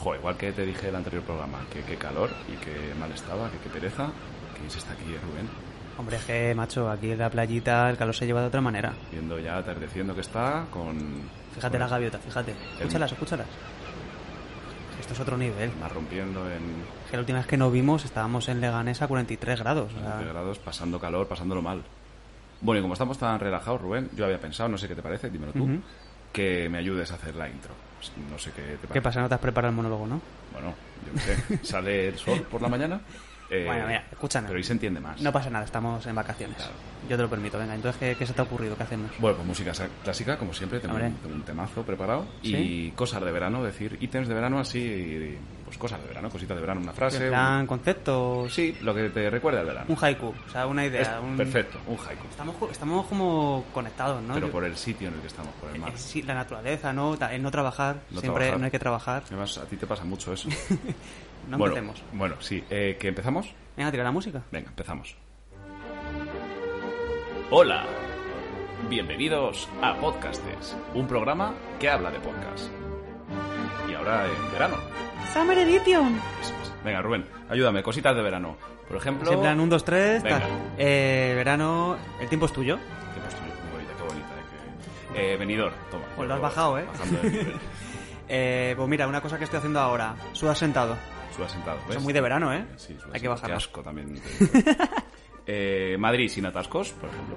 Jo, igual que te dije el anterior programa, que qué calor y que mal estaba, que qué pereza. ¿Quién se está aquí, eh, Rubén? Hombre, es que, macho, aquí en la playita el calor se lleva de otra manera. Viendo ya atardeciendo que está, con. pues, Fíjate las gaviotas, fíjate. Escúchalas, escúchalas. Esto es otro nivel. Más rompiendo en Que la última vez que nos vimos estábamos en Leganés a 43 grados. o sea, 20 grados, pasando calor, pasándolo mal. Bueno, y como estamos tan relajados, Rubén, yo había pensado, no sé qué te parece, dímelo tú, que me ayudes a hacer la intro. No sé qué te parece. ¿Qué pasa? No te has preparado el monólogo, ¿no? Bueno, yo no sé. Sale el sol por la mañana. eh, Bueno, mira, escúchame. Pero ahí se entiende más. No pasa nada, estamos en vacaciones. Claro. Yo te lo permito, venga. Entonces, ¿qué, qué se te ha ocurrido? ¿Qué hacemos? Bueno, pues música sa- clásica, como siempre, tengo, Hombre. un, tengo un temazo preparado. Y ¿Sí? cosas de verano, decir ítems de verano así, pues cosas de verano, cositas de verano, una frase. En plan, conceptos, un- sí, lo que te recuerda al verano. un haiku, o sea, una idea. Es- un- Perfecto, un haiku. Estamos, co- estamos como conectados, ¿no? Pero Yo- por el sitio en el que estamos, por el mar. eh, sí, la naturaleza, ¿no? Ta- El no trabajar, No siempre trabajar. no hay que trabajar. Además, a ti te pasa mucho eso. No bueno, empecemos. bueno, sí. eh, ¿Que empezamos? Venga, tira la música. Venga, empezamos. Hola. Bienvenidos a Podcastes, un programa que habla de podcast. Y ahora en verano. Summer Edition. Eso es. Venga, Rubén, ayúdame, cositas de verano. Por ejemplo... En plan, un, dos, tres. ta- Venga. Eh, verano, el tiempo es tuyo. Qué postura, qué bonita, qué bonita. eh, que- Eh, venidor, toma. Pues lo has bajado, ¿eh? Bajando el nivel. Eh, pues mira, una cosa que estoy haciendo ahora, sudas sentado. Sudas sentado, Eso ¿ves? es muy de verano, ¿eh? Sí, sudas sentado. Hay que Qué bajarlo. asco también. te digo. eh, Madrid sin atascos, por ejemplo.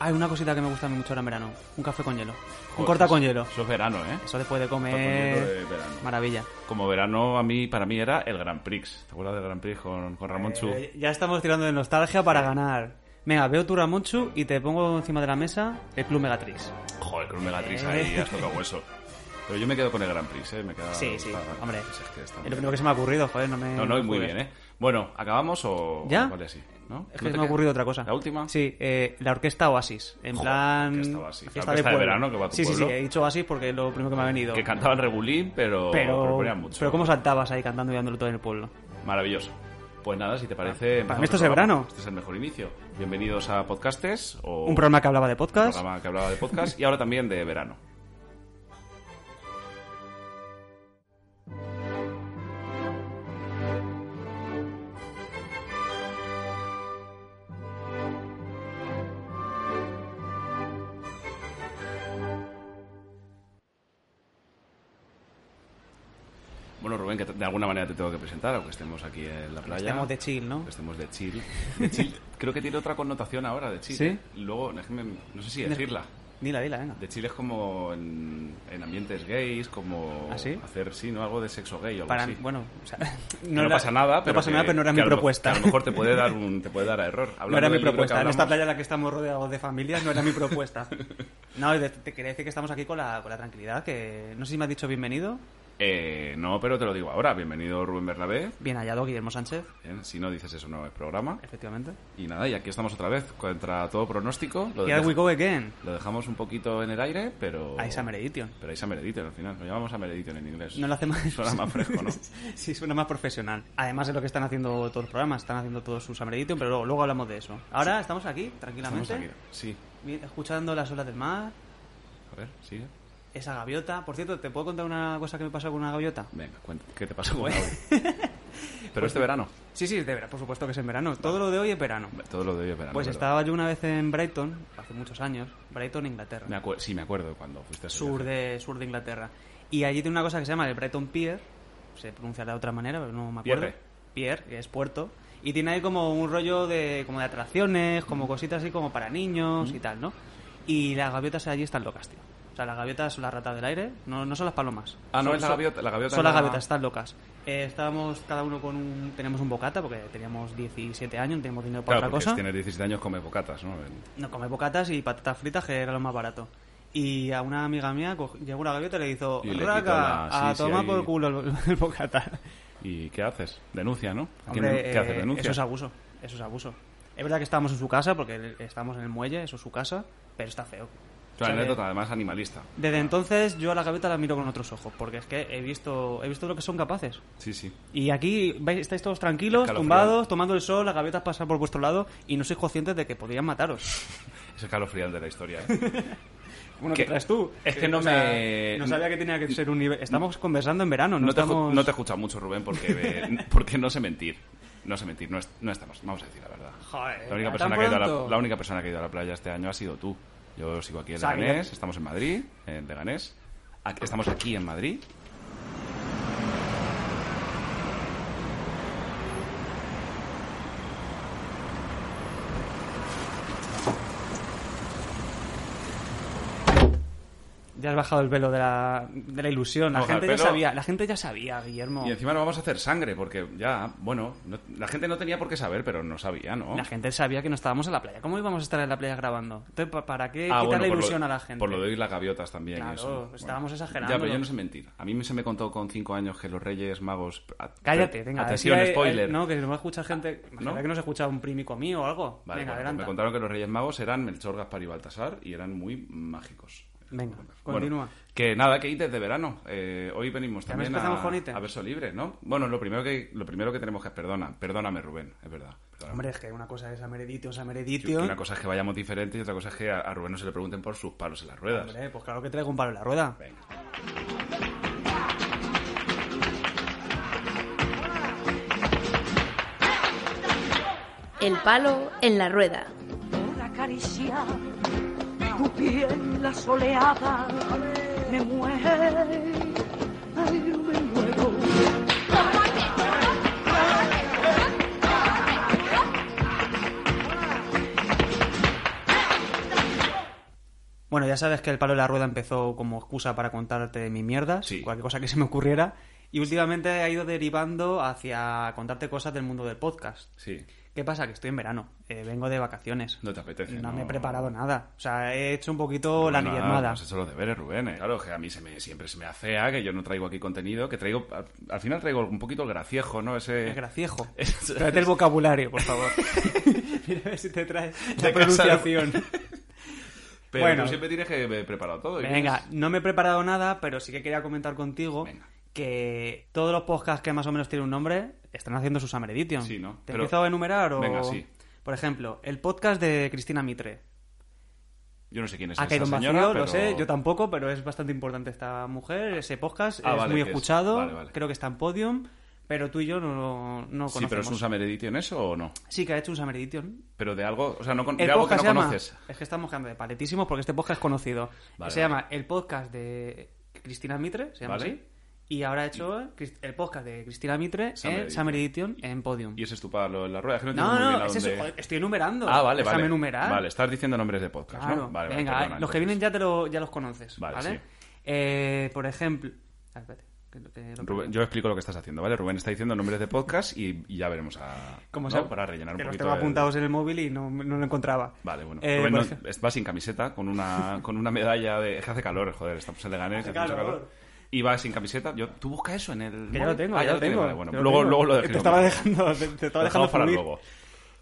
Hay una cosita que me gusta a mí mucho ahora en verano, un café con hielo. un Joder, corta con eso- hielo. Eso es verano, ¿eh? Eso después de Corta con hielo comer... de verano. Maravilla. Como verano, a mí, para mí era el Grand Prix. ¿Te acuerdas del Grand Prix con, con Ramón Chu? Eh, ya estamos tirando de nostalgia para ganar. Venga, veo tu Ramonchu y te pongo encima de la mesa el Club Megatrix. Joder, con un Megatrix ahí has tocado hueso. Pero yo me quedo con el Grand Prix, ¿eh? Me queda, eh. Sí, sí, está- hombre. pues es que está Es muy lo bien. primero que se me ha ocurrido, joder, no me... No, no, y muy Mm, joder. bien, ¿eh? Bueno, ¿acabamos o...? ¿Ya? Vale, así, ¿no? ¿No Es que te se me ha queda? ocurrido otra cosa. ¿La última? Sí, eh, la orquesta Oasis. En Joder, plan. orquesta Oasis. La fiesta orquesta de pueblo. verano que va a tu Sí, sí, sí, pueblo. he dicho Oasis porque es lo primero que me ha venido. Que cantaban regulín, pero... pero, ponían mucho. pero ¿cómo saltabas ahí cantando y dándolo todo en el pueblo? Maravilloso. Pues nada, si te parece... Ah, Para empezamos mí esto el es el programa. verano. Este es el mejor inicio. Bienvenidos a Podcastes o... Un programa que hablaba de podcast. Oh. programa que hablaba de podcast y ahora también de verano. Bueno, Rubén, que de alguna manera te tengo que presentar, aunque estemos aquí en la playa. Estamos de chill, ¿no? Que estemos de chill. De chill. Creo que tiene otra connotación ahora de chill. ¿Sí? Luego, déjame- no sé si decirla. Dila, dila, venga. De chill es como en, en ambientes gays, como ¿Ah, sí? hacer, sí, ¿no? Algo de sexo gay o algo Para, así. bueno, o sea, Que no, era- pasa nada, no pero pasa que- nada, pero no era que mi a lo- propuesta. que a lo mejor te puede dar, un, te puede dar a error. no era Hablando mi del libro que propuesta. En hablamos- esta playa en la que estamos rodeados de familias, no era mi propuesta. No, te, te quería decir que estamos aquí con la, con la tranquilidad, que no sé si me has dicho bienvenido. Eh, no, pero te lo digo ahora. Bienvenido Rubén Bernabé. Bien hallado, Guillermo Sánchez, Bien, si no dices eso, no es programa. efectivamente. Y nada, y aquí estamos otra vez, contra todo pronóstico. Lo, Here deja- we go again. lo dejamos un poquito en el aire, pero... A Summer Edition. Pero hay Summer Edition al final. Lo llamamos Summer Edition en inglés. No lo hace más. Suena más fresco, ¿no? sí, suena más profesional. Además es lo que están haciendo todos los programas, están haciendo todos sus Summer Edition, pero luego, luego hablamos de eso. Ahora estamos aquí, Estamos tranquilamente, aquí. Sí. mi- escuchando las olas del mar, A ver, sigue. esa gaviota. Por cierto, ¿te puedo contar una cosa que me pasó con una gaviota? Venga, cuenta. ¿Qué te pasó con Pues- la ola? Pero este verano. Sí, sí, es de verano, por supuesto que es en verano. Todo lo de hoy es verano. Todo lo de hoy es verano. Pues ¿verdad? estaba yo una vez en Brighton, hace muchos años, Brighton, Inglaterra. Me acuer- Sí, me acuerdo de cuando fuiste a ese sur viaje. de sur de Inglaterra. Y allí tiene una cosa que se llama el Breton Pier, se pronuncia de otra manera, pero no me acuerdo. Pierre. Pier, que es puerto. Y tiene ahí como un rollo de, como de atracciones, como cositas así como para niños Mm. y tal, ¿no? Y las gaviotas allí están locas, tío. O sea, las gaviotas son las ratas del aire, no, no son las palomas. Ah, no, Son- es la son- gaviota. La gaviota son es las la- gaviotas, están locas. Eh, estábamos cada uno con un... Teníamos un bocata porque teníamos 17 años, no teníamos dinero para Claro, otra porque cosa. si tienes 17 años comes bocatas, ¿no? En- No, come bocatas y patatas fritas, que era lo más barato. Y a una amiga mía co- llegó una gaviota y le hizo, Y le quitó "Raca, la- a sí, sí, tomar ahí- por culo el, el bocata. ¿Y qué haces? Denuncia, ¿no? ¿A quién Hombre, denu- ¿Qué haces? eh, Denuncia. Eso es abuso, eso es abuso. Es verdad que estábamos en su casa, porque estamos en el muelle, eso es su casa, pero está feo. Es una O sea, anécdota, de- además, animalista. desde entonces yo a la gaviota la miro con otros ojos, porque es que he visto, he visto lo que son capaces. Sí, sí. Y aquí vais- estáis todos tranquilos, Escalofriante. tumbados, tomando el sol, las gaviotas pasan por vuestro lado y no sois conscientes de que podrían mataros. Es el calofrial de la historia. ¿eh? Bueno, ¿Qué? traes tú? Es que no O sea, me- no sabía que tenía que ser un nivel... Estamos conversando en verano, no, No, te ju- estamos... no te escucha mucho, Rubén, porque, eh, porque no sé mentir. No sé mentir, no, es- no estamos. Vamos a decir la verdad. Joder, la única, Eh, ¿tan persona que ha ido a la, pronto? la única persona que ha ido a la playa este año ha sido tú. Yo sigo aquí en O sea, que ya- Leganés, estamos en Madrid, en Leganés. Aquí- estamos aquí en Madrid. Ya has bajado el velo de la, de la ilusión. La Baja el gente ya velo. sabía, la gente ya sabía, Guillermo. Y encima no vamos a hacer sangre, porque ya, bueno, no- la gente no tenía por qué saber, pero no sabía, ¿no? La gente sabía que no estábamos en la playa. ¿Cómo íbamos a estar en la playa grabando? Entonces, ¿pa- ¿para qué Ah, quitar bueno, la por lo- ilusión a la gente? Por lo de oír las gaviotas también. y Claro, eso. Bueno. estábamos exagerando. Ya, pero yo no sé mentir. A mí me- se me contó con cinco años que los Reyes Magos. a- Cállate, pero- venga. Atención, decía, eh, spoiler. Ah, eh, no, que nos va a escuchar gente... ¿no? Imagina que nos escucha un primico mío o algo. Vale, bueno, me venga, adelanta. contaron que los Reyes Magos eran Melchor, Gaspar y Baltasar y eran muy mágicos. Venga, Bueno, continúa. que nada, que ITES de verano. Eh, hoy venimos Ya también nos empezamos a, con ITES. a verso libre, ¿no? Bueno, lo primero que lo primero que tenemos que perdona, perdóname Rubén, es verdad. perdóname. Hombre, es que una cosa es Amereditio, es Que Amereditio. una cosa es que vayamos diferente y otra cosa es que a, a Rubén no se le pregunten por sus palos en las ruedas. Hombre, pues claro que traigo un palo en la rueda. Venga. El palo en la rueda. por acariciar tu piel la soleada. Me muero, ay, me muero. Bueno, ya sabes que el palo en la rueda empezó como excusa para contarte mi mierda, Sí. cualquier cosa que se me ocurriera. Y últimamente ha ido derivando hacia contarte cosas del mundo del podcast. Sí, ¿Qué pasa? Que estoy en verano, eh, vengo de vacaciones. no te apetece. No me he preparado nada. O sea, he hecho un poquito la Bueno, nada, pues guillermada. Has hecho los deberes, Rubén. eh. Claro, que a mí se me, siempre se me afea que yo no traigo aquí contenido, que traigo... Al, al final traigo un poquito el graciejo, ¿no? Ese... Es graciejo. Eso es. Tráete el vocabulario, por favor. Mira a ver si te traes la De casa de- pronunciación. Pero Bueno. tú siempre tienes que haber preparado todo. y Venga, vienes- no me he preparado nada, pero sí que quería comentar contigo Venga. que todos los podcasts que más o menos tienen un nombre están haciendo sus Summer Edition. Sí, ¿no? ¿Te Pero- empiezo a enumerar o...? Venga, sí. Por ejemplo, el podcast de Cristina Mitre. Ah, Yo no sé quién es Ha esa caído en vacío, señora, pero- lo sé, yo tampoco, pero es bastante importante esta mujer. Ese podcast Ah, es vale, muy que es- escuchado, vale, vale. creo que está en Podium, pero tú y yo no, no conocemos. Sí, pero ¿es un Summer Edition eso o no? Sí, que ha hecho un Summer Edition. Pero de algo... O sea, no con- El de algo que podcast no se llama- conoces. Es que estamos cambiando de paletísimos porque este podcast es conocido. Vale, se vale. llama el podcast de Cristina Mitre, se llama Vale. así. Y ahora he hecho el Crist- el podcast de Cristina Mitre Summer en Summer Edition en Podium. Y ese es tu palo en la rueda. Es que no, No, entiendo muy no, bien a es eso, dónde- joder, estoy enumerando. Ah, vale, Déjame vale. enumerar. Vale, estás diciendo nombres de podcast, Claro. ¿no? Vale, vale, Venga, perdona, los que entonces. vienen ya te lo, ya los conoces. Vale, Vale. sí. Eh, por ejemplo. Ah, espérate, que lo- que lo- Rubén, yo explico lo que estás haciendo, ¿vale? Rubén está diciendo nombres de podcast y, y ya veremos a... como ¿no? sea, Para rellenar un que los poquito tengo el- apuntados en el móvil y no, no lo encontraba. Vale, bueno. Eh, Rubén por no- ejemplo- es- va sin camiseta, con una, con una medalla de... Es que hace calor, joder, estamos en Leganés, hace Hace mucho calor. calor. Y va sin camiseta. Yo, ¿Tú buscas eso en el...? Que ya lo móvil? tengo, Ah, ya lo tengo. Vale, bueno, ya lo luego, tengo. luego lo Te dejamos. estaba dejando, te, te estaba Lo dejando dejamos para fluir. luego.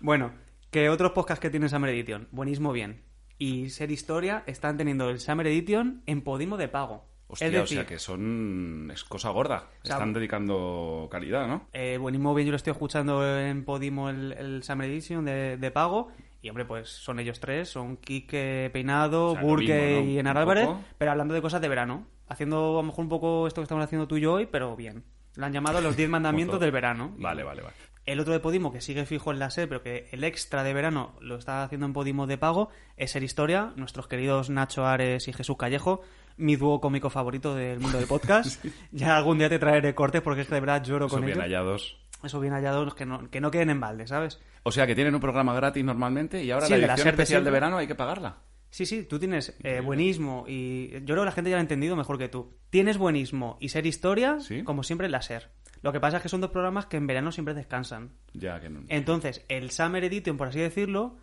Bueno, que otros podcasts que tienen Summer Edition, buenísimo bien. Y Ser Historia están teniendo el Summer Edition en Podimo de pago. Hostia, es decir, o sea que son... Es cosa gorda. sea, Están dedicando calidad, ¿no? eh, buenísimo bien, yo lo estoy escuchando en Podimo el, el Summer Edition de, de pago. Y hombre, pues son ellos tres, son Quique Peinado, O sea, lo Burke mismo, ¿no? y Enar Un Álvarez, poco. pero hablando de cosas de verano. Haciendo a lo mejor un poco esto que estamos haciendo tú y yo hoy, pero bien. Lo han llamado los 10 mandamientos todo. del verano. Vale, vale, vale. El otro de Podimo, que sigue fijo en la SER, pero que el extra de verano lo está haciendo en Podimo de pago, es Ser Historia, nuestros queridos Nacho Ares y Jesús Callejo, mi dúo cómico favorito del mundo del podcast. Ya algún día te traeré cortes porque es que de verdad lloro Son con bien ellos. hallados. Eso bien hallados, que no, que no queden en balde, ¿sabes? O sea que tienen un programa gratis normalmente y ahora Sí, la el de la edición SER de especial de siempre. verano hay que pagarla. Sí, sí, tú tienes eh, buenismo y yo creo que la gente ya lo ha entendido mejor que tú. Tienes buenismo y Ser Historia, Sí. como siempre, en la SER. Lo que pasa es que son dos programas que en verano siempre descansan. Ya que no. Entonces, el Summer Edition, por así decirlo,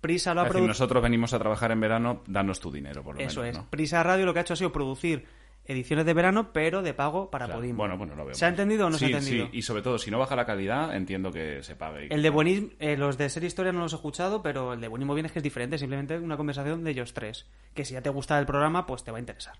Prisa lo Es ha decir, producido. nosotros venimos a trabajar en verano, danos tu dinero, por lo Eso menos. es. ¿no? Prisa Radio lo que ha hecho ha sido producir ediciones de verano, pero de pago para Claro. Podimo. Bueno, bueno, lo veo. ¿Se ha entendido o no se Sí, ha entendido? Sí, y sobre todo, si no baja la calidad, entiendo que se pague. El de buenismo, eh, los de Ser Historia no los he escuchado, pero el de buenismo bien es que es diferente, simplemente una conversación de ellos tres. Que si ya te gusta el programa, pues te va a interesar.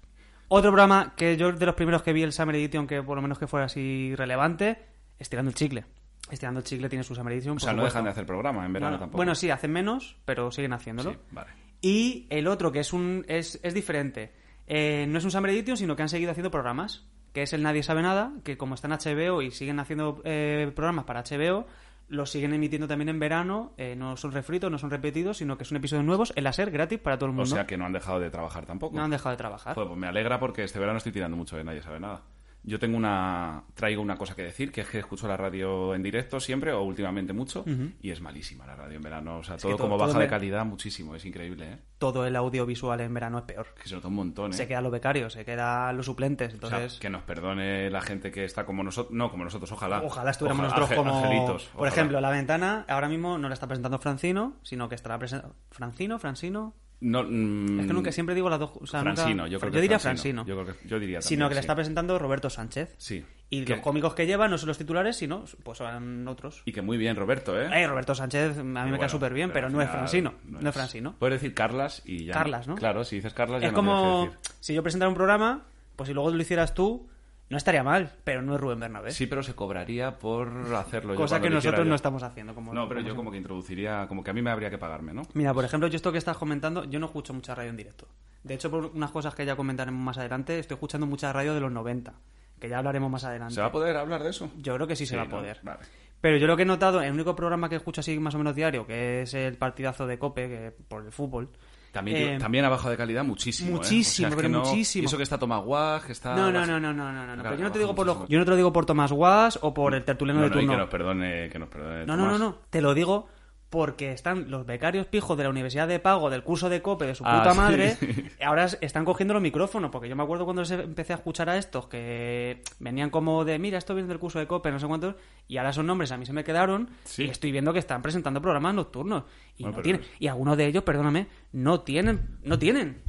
Otro programa que yo de los primeros que vi el Summer Edition, que por lo menos que fuera así relevante, Estirando el Chicle. Estirando el Chicle tiene su Summer Edition. O sea, no dejan de hacer programa en verano tampoco. Bueno, sí, hacen menos, pero siguen haciéndolo. Sí, vale. Y el otro, que es un es, es diferente. Eh, no es un Summer Edition, sino que han seguido haciendo programas. Que es el Nadie Sabe Nada, que como están HBO y siguen haciendo eh, programas para HBO, los siguen emitiendo también en verano. eh, no son refritos, no son repetidos, sino que son episodios nuevos en la SER gratis para todo el mundo. O sea, que no han dejado de trabajar tampoco. No han dejado de trabajar. Joder, pues me alegra porque este verano estoy tirando mucho de nadie sabe nada. Yo tengo una. Traigo una cosa que decir, que es que escucho la radio en directo siempre, o últimamente mucho, y es malísima la radio en verano. O sea, todo, que todo- como todo baja en de ver- calidad muchísimo, es increíble, ¿eh? Todo el audiovisual en verano es peor. Que se nota un montón, ¿eh? Se quedan los becarios, se quedan los suplentes. O sea, Entonces, que nos perdone la gente que está como nosotros. No, como nosotros, ojalá. Ojalá estuviéramos Ojalá, nosotros ange- como. angelitos, por ojalá. ejemplo, la ventana ahora mismo no la está presentando Francino, sino que estará presentando. ¿Francino? ¿Francino? No, mm, Es que nunca siempre digo las dos. o sea, nunca- Francino, yo creo que diría Francino. Francino. Yo creo que- yo diría Sino también, que la sí. está presentando Roberto Sánchez. Sí. Y Que- los cómicos que lleva no son los titulares, sino pues son otros. Y que muy bien, Roberto, ¿eh? Eh, Roberto Sánchez a mí me cae súper bien, pero, al no es final Francino. No, es Francino. Puedes decir Carlas y ya. Carlas, ¿no? Claro, si dices Carlas ya es no como tienes que decir. si yo presentara un programa, pues si luego lo hicieras tú, no estaría mal, pero no es Rubén Bernabé. Sí, pero se cobraría por hacerlo yo cosa cuando que lo hiciera nosotros yo. no estamos haciendo. Como, No, pero yo siempre. como que introduciría, como que a mí me habría que pagarme, ¿no? Mira, por ejemplo, yo esto que estás comentando, yo no escucho mucha radio en directo. De hecho, por unas cosas que ya comentaremos más adelante, estoy escuchando mucha radio de los 90, que ya hablaremos más adelante. ¿Se va a poder hablar de eso? Yo creo que sí, se Sí, va a ¿no? poder. Vale. Pero yo lo que he notado, el único programa que escucho así más o menos diario, que es el partidazo de Cope, que por el fútbol. También, eh, yo- también ha bajado de calidad muchísimo. ¿eh? muchísimo, O sea, es que pero no- muchísimo. y eso que está Tomaguaj, que está. No, no, no, no, no, no, no, no, Claro, pero yo no te baja digo por los, muchísimo. yo no te lo digo por Tomás Guas o por el tertuliano No, de no, y turno. que nos perdone, que nos perdone. No, no, no, Tomás. no. Te lo digo porque están los becarios pijos de la Universidad de Pago, del curso de COPE, de su Ah, puta sí. madre, ahora es- están cogiendo los micrófonos, porque yo me acuerdo cuando les empecé a escuchar a estos que venían como de, mira, esto viene del curso de COPE, no sé cuántos, y ahora son nombres, a mí se me quedaron, Sí. y estoy viendo que están presentando programas nocturnos, y, Bueno, pero no tienen, es- y algunos de ellos, perdóname, no tienen, no tienen.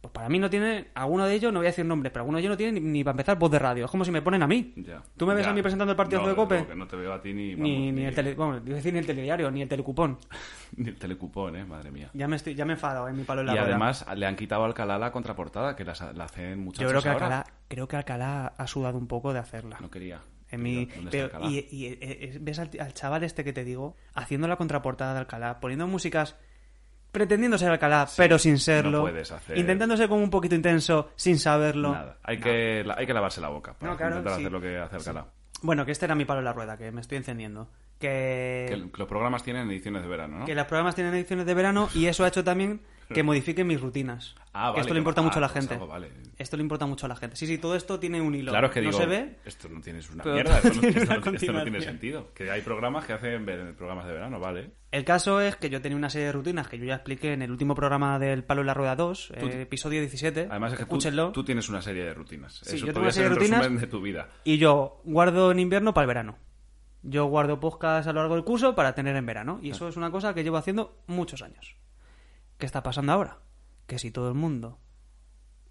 Pues para mí no tienen, alguno de ellos, no voy a decir nombres, pero alguno de ellos no tienen ni, ni para empezar voz de radio, es como si me ponen a mí. Ya. ¿Tú me ves Ya. a mí presentando el partido No, de desde COPE? luego que no te veo a ti ni. vamos, ni, ni el tele, bueno, iba a decir ni el telediario, ni el telecupón. ni el telecupón, ¿eh? Madre mía. Ya me estoy, ya me he enfadado en mi palo en la Y rueda. además le han quitado a Alcalá la contraportada, que las- la, hacen muchas yo creo que Alcalá, creo que Alcalá ha sudado un poco de hacerla. No quería. En mi- ¿Dónde está pero- Alcalá? y, y- eh, eh, ves al, al chaval este que te digo haciendo la contraportada de Alcalá, poniendo músicas pretendiendo ser Alcalá, pero sin serlo, no puedes hacer- intentándose como un poquito intenso sin saberlo. Nada. Hay, que, la- hay que lavarse la boca para No, claro, intentar sí. hacer lo que hace Alcalá. Bueno, que este era mi palo en la rueda, que me estoy encendiendo. Que, Que el- que los programas tienen ediciones de verano, ¿no? que los programas tienen ediciones de verano y eso ha hecho también que modifiquen mis rutinas. Ah, Que vale, esto que- le importa ah, mucho a la pues gente. algo vale. Esto le importa mucho a la gente. Sí, sí, todo esto tiene un hilo. Claro, es que no digo, se ve. esto no tiene es una pero mierda, esto no, tiene esto una no- esto no tiene continuación. sentido. Que hay programas que hacen ver- programas de verano, vale. El caso es que yo tenía una serie de rutinas que yo ya expliqué en el último programa del Palo en la Rueda 2, Tú- eh, episodio 17. Además es que tú, Escúchenlo. tú tienes una serie de rutinas. Sí, Eso yo podría tengo una serie ser de el rutinas. resumen de tu vida. Y yo guardo en invierno para el verano. Yo guardo podcast a lo largo del curso para tener en verano. Y Ah. eso es una cosa que llevo haciendo muchos años. ¿Qué está pasando ahora? Que si todo el mundo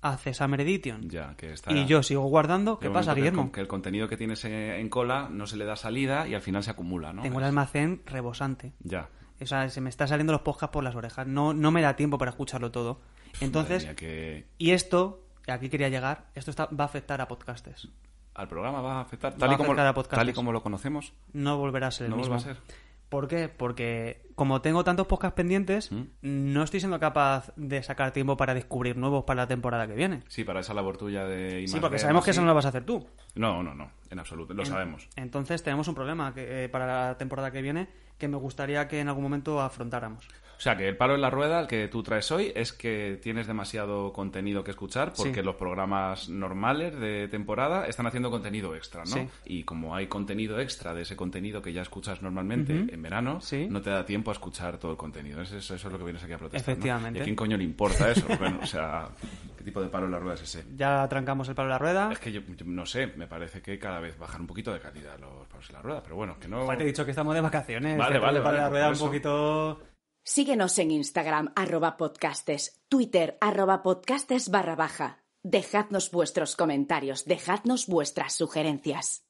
hace Summer Edition Ya, que está y yo sigo guardando, ¿qué de pasa, momento que el Guillermo? con- Que el contenido que tienes eh, en cola no se le da salida y al final se acumula, ¿no? Tengo el almacén rebosante. Ya. O sea, se me está saliendo los podcasts por las orejas. No, no me da tiempo para escucharlo todo. Entonces, Madre mía, que y esto, que aquí quería llegar, esto está, va a afectar a podcastes. al programa va a afectar Va tal, a y, como, afectar a podcastes. tal y como lo conocemos. No volverá a ser el No mismo. vuelva a ser. ¿Por qué? Porque como tengo tantos podcasts pendientes, ¿Mm? no estoy siendo capaz de sacar tiempo para descubrir nuevos para la temporada que viene. Sí, para esa labor tuya de Sí, imagen, porque sabemos que sí. eso no lo vas a hacer tú. No, no, no, en absoluto, lo En- sabemos. Entonces tenemos un problema que, eh, para la temporada que viene que me gustaría que en algún momento afrontáramos. O sea, que el palo en la rueda, el que tú traes hoy, es que tienes demasiado contenido que escuchar porque Sí. los programas normales de temporada están haciendo contenido extra, ¿no? Sí. Y como hay contenido extra de ese contenido que ya escuchas normalmente en verano, Sí. no te da tiempo a escuchar todo el contenido. Eso, eso es lo que vienes aquí a protestar. ¿no? Efectivamente. ¿Y a quién coño le importa eso? bueno, o sea, ¿qué tipo de palo en la rueda es ese? Ya trancamos el palo de la rueda. Es que yo, yo no sé, me parece que cada vez bajan un poquito de calidad los palos en la rueda, pero bueno, que no... Joder, te he dicho que estamos de vacaciones. Vale, que vale, para vale, la por rueda un eso. poquito. Síguenos en Instagram, arroba podcastes, Twitter, arroba podcastes barra baja. Dejadnos vuestros comentarios, dejadnos vuestras sugerencias.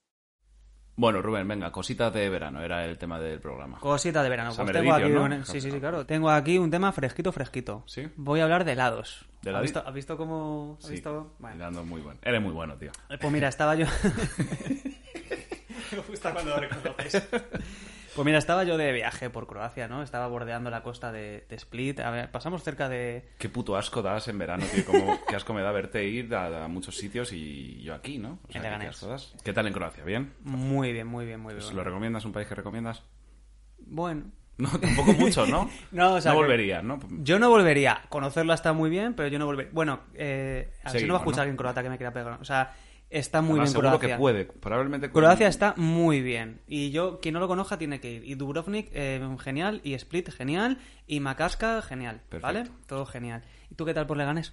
Bueno, Rubén, venga, cositas de verano, era el tema del programa. Cosita de verano. San pues tengo aquí Benedicto, un- ¿no? Sí, sí, sí, claro. Tengo aquí un tema fresquito, fresquito. Sí. Voy a hablar de helados. ¿De ¿Has heladi- visto, has visto cómo...? ¿Has Sí, visto? Bueno. Mirando muy bueno. Eres muy bueno, tío. Pues mira, estaba yo... Me gusta cuando lo reconoces. Pues mira, estaba yo de viaje por Croacia, ¿no? Estaba bordeando la costa de, de Split. A ver, pasamos cerca de... Qué puto asco das en verano, tío. Como, qué asco me da verte ir a, a muchos sitios y yo aquí, ¿no? O En qué Leganés. asco das. ¿Qué tal en Croacia? ¿Bien? Muy bien, muy bien, muy bien. Pues, ¿Lo recomiendas? ¿Un país que recomiendas? Bueno, No, tampoco mucho, ¿no? No, o sea, que- volverías, ¿no? Yo no volvería. Conocerla está muy bien, pero yo no volvería. Bueno, eh, a ver si no va a Seguimos, escuchar ¿no? alguien croata que me quiera pegar. O sea, está muy Además, bien seguro Croacia. que puede. Probablemente... con- Croacia está muy bien. Y yo, quien no lo conozca, tiene que ir. Y Dubrovnik, eh, genial. Y Split, genial. Y Makarska, genial. ¿Vale? Perfecto. Todo genial. ¿Y tú qué tal por Leganés?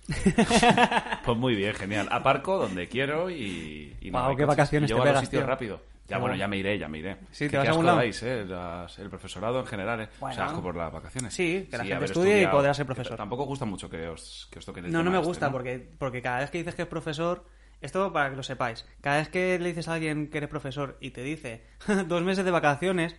Pues muy bien, genial. Aparco donde quiero y... y Guau, hay qué coches. vacaciones Llego te a los pegas, sitios tío. rápido. Ya, bueno, Qué bueno. ya me iré, ya me iré. Sí, Qué- te qué vas asco a algún lado. dais, eh, las- el profesorado en general, eh. Bueno. O sea, asco por las vacaciones. Sí, que la gente haber estudie y estudiado. podrá ser profesor. Tampoco gusta mucho que os, que os toquen el No, no tema me este, gusta, ¿no? porque, porque cada vez que dices que es profesor, esto para que lo sepáis, cada vez que le dices a alguien que eres profesor y te dice dos meses de vacaciones,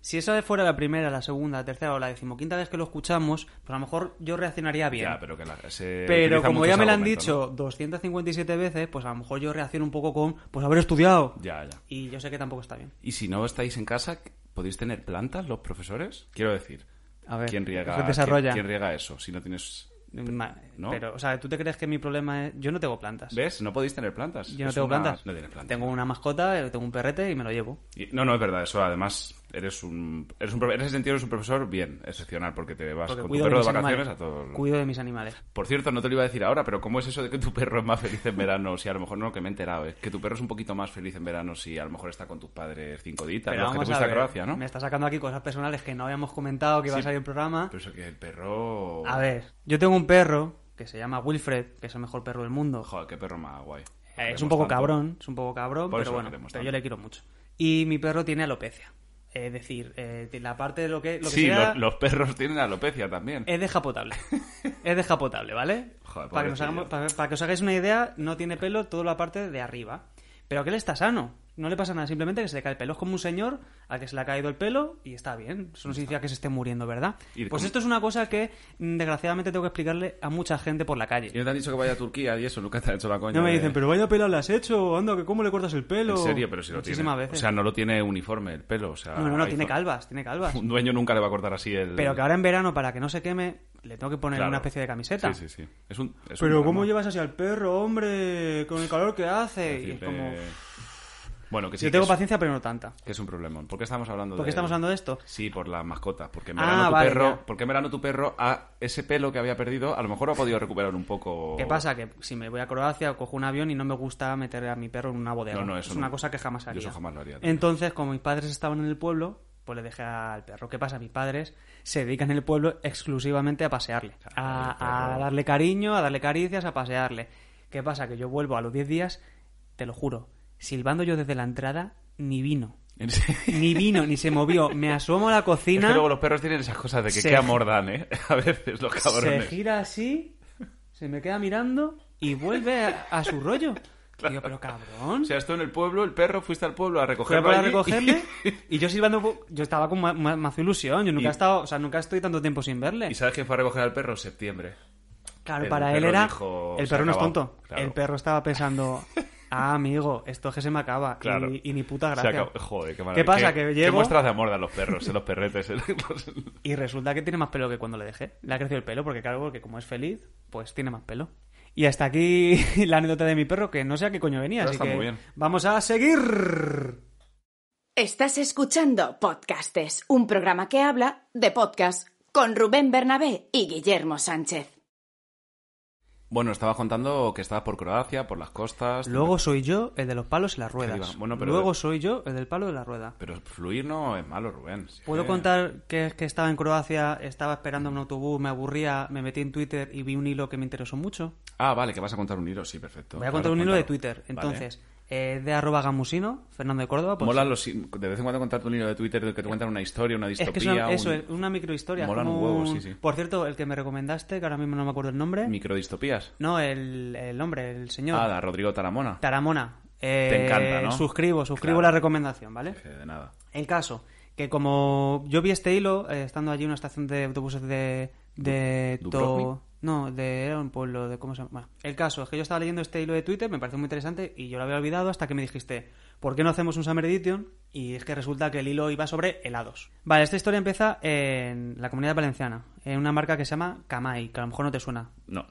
si esa fuera la primera, la segunda, la tercera o la decimoquinta vez que lo escuchamos, pues a lo mejor yo reaccionaría bien. Ya, pero que la- se Pero utiliza como mucho ya ese me lo han argumento, dicho 257 veces, pues a lo mejor yo reacciono un poco con, pues haber estudiado. ¿no? Ya, ya. Y yo sé que tampoco está bien. Y si no estáis en casa, ¿podéis tener plantas los profesores? Quiero decir, A ver, ¿quién riega, eso desarrolla. quién- quién riega eso? Si no tienes... Ma- ¿No? Pero, o sea, ¿tú te crees que mi problema es...? Yo no tengo plantas. ¿Ves? No podéis tener plantas. Yo no Es tengo una- plantas. No tienes plantas. Tengo una mascota, eh, tengo un perrete y me lo llevo. Y- No, no, es verdad, eso además eres un, eres un pro- en ese sentido eres un profesor bien, excepcional, porque te vas Porque con tu cuido perro de mis vacaciones animales. a todo el- Cuido de mis animales. Por cierto, no te lo iba a decir ahora, pero ¿cómo es eso de que tu perro es más feliz en verano? Si a lo mejor no, que me he enterado, es que tu perro es un poquito más feliz en verano si a lo mejor está con tus padres cinco días, Pero los que te vamos a fuiste a ver, Croacia, ¿no? Me está sacando aquí cosas personales que no habíamos comentado que iba a Sí. salir el programa. Pero eso que el perro... A ver, yo tengo un perro que se llama Wilfred, que es el mejor perro del mundo. Joder, qué perro más guay. Eh, Lo es un queremos poco tanto. cabrón, es un poco cabrón, Por pero eso lo bueno, queremos pero tanto. yo le quiero mucho. Y mi perro tiene alopecia. Es decir, eh, la parte de lo que, lo que sí, sea- Eh, lo- los perros tienen alopecia también. Es deja potable. es deja potable, ¿vale? Joder, para, que nos pobrecillo. hagamos- para- para que os hagáis una idea, no tiene pelo toda la parte de arriba. Pero que él está sano. No le pasa nada, simplemente que se le cae el pelo. Es como un señor al que se le ha caído el pelo y está bien. Eso no significa que se esté muriendo, ¿verdad? Y Pues como- esto es una cosa que, mm, desgraciadamente, tengo que explicarle a mucha gente por la Y calle. no te han dicho que vaya a Turquía y eso, nunca te han hecho la coña. No me de- dicen, pero vaya pelo le has hecho, anda, que cómo le cortas el pelo. En serio, pero si lo Muchísimas tiene. veces. O sea, no lo tiene uniforme el pelo. O sea, no, no, no, hay tiene zo- calvas, tiene calvas. Un dueño nunca le va a cortar así el. Pero que ahora en verano, para que no se queme, le tengo que poner Claro. una especie de camiseta. Sí, sí, sí. Es un, es un Pero drama. ¿cómo llevas así al perro, hombre? Con el calor que hace. Y es Decirle- como... eh, Bueno, que sí. Yo que tengo es- paciencia, pero no tanta. Que es un problema. ¿Por qué estamos hablando ¿Por de.? qué estamos hablando de esto? Sí, por las mascotas. Porque en Ah, verano tu vale, perro. ya. Porque en verano tu perro, a ese pelo que había perdido, a lo mejor ha podido recuperar un poco. ¿Qué pasa? Que si me voy a Croacia, cojo un avión y no me gusta meter a mi perro en una bodega. No, no, es eso una no. cosa que jamás Yo haría. eso jamás lo haría, tío. Entonces, como mis padres estaban en el pueblo, pues le dejé al perro. ¿Qué pasa? Mis padres se dedican en el pueblo exclusivamente a pasearle. el A, a perro. darle cariño, a darle caricias, a pasearle. ¿Qué pasa? Que yo vuelvo a los 10 días, te lo juro, silbando yo desde la entrada, ni vino. En serio. Ni vino, ni se movió. Me asomo a la Es cocina. que luego los perros tienen esas cosas de que Se- qué amor dan, ¿eh? A veces los se cabrones. gira así, se me queda mirando y vuelve a, a su rollo. Digo, pero cabrón. O sea, estuvo en el pueblo, el perro, fuiste al pueblo a Fue recogerlo. para allí y- recogerle y yo silbando po- yo estaba con ma- ma- más ilusión yo nunca Y- he estado o sea nunca estoy tanto tiempo sin verle ¿Y sabes quién fue a recoger al perro? Septiembre. claro el para él perro era dijo, el "Se perro no es acabó". tonto Claro. el perro estaba pensando ah amigo esto es que se me acaba y- Claro. y, ni puta Se gracia acabó- Joder, qué qué maravilla. pasa que ¿Qué llego muestras de amor dan los perros, eh, los perretes? eh, los- y resulta que tiene más pelo que cuando le dejé le ha crecido el pelo porque claro porque como es feliz pues tiene más pelo y hasta aquí la anécdota de mi perro que no sé a qué coño venía Pero así está que muy bien. vamos a seguir Estás escuchando Podcastes, un programa que habla de podcast con Rubén Bernabé y Guillermo Sánchez. Bueno, estaba contando que estabas por Croacia, por las costas. Luego soy yo el de los palos y las ruedas. diga, bueno, pero- Luego soy yo el del palo de la rueda. Pero fluir no es malo, Rubén. Sí. ¿Puedo contar que, que estaba en Croacia, estaba esperando un autobús, me aburría, me metí en Twitter y vi un hilo que me interesó mucho? Ah, vale, que vas a contar un hilo, sí, perfecto. Voy a Claro, contar un hilo de cuéntalo. Twitter. Entonces, Vale. eh, de arroba gamusino, Fernando de Córdoba. pues, Mola los, de vez en cuando contarte un hilo de Twitter del que te cuentan una historia, una Es distopía. que es una, eso un- es una microhistoria. Molan como un huevo, un- sí, sí. Por cierto, el que me recomendaste, que ahora mismo no me acuerdo el nombre. Microdistopías. No, el, el hombre, el señor. Ah, da, Rodrigo Taramona. Taramona. Eh, Te encanta, ¿no? Suscribo, suscribo Claro. la recomendación, ¿vale? Que de nada. El caso, que como yo vi este hilo, eh, estando allí en una estación de autobuses de... de Du- To- Dubrovnik. No, de era un pueblo de... ¿Cómo se llama? Bueno, el caso es que yo estaba leyendo este hilo de Twitter, me pareció muy interesante y yo lo había olvidado hasta que me dijiste, ¿por qué no hacemos un Summer Edition? Y es que resulta que el hilo iba sobre helados. Vale, esta historia empieza en la comunidad valenciana, en una marca que se llama Kamai, que a lo mejor no te suena. No.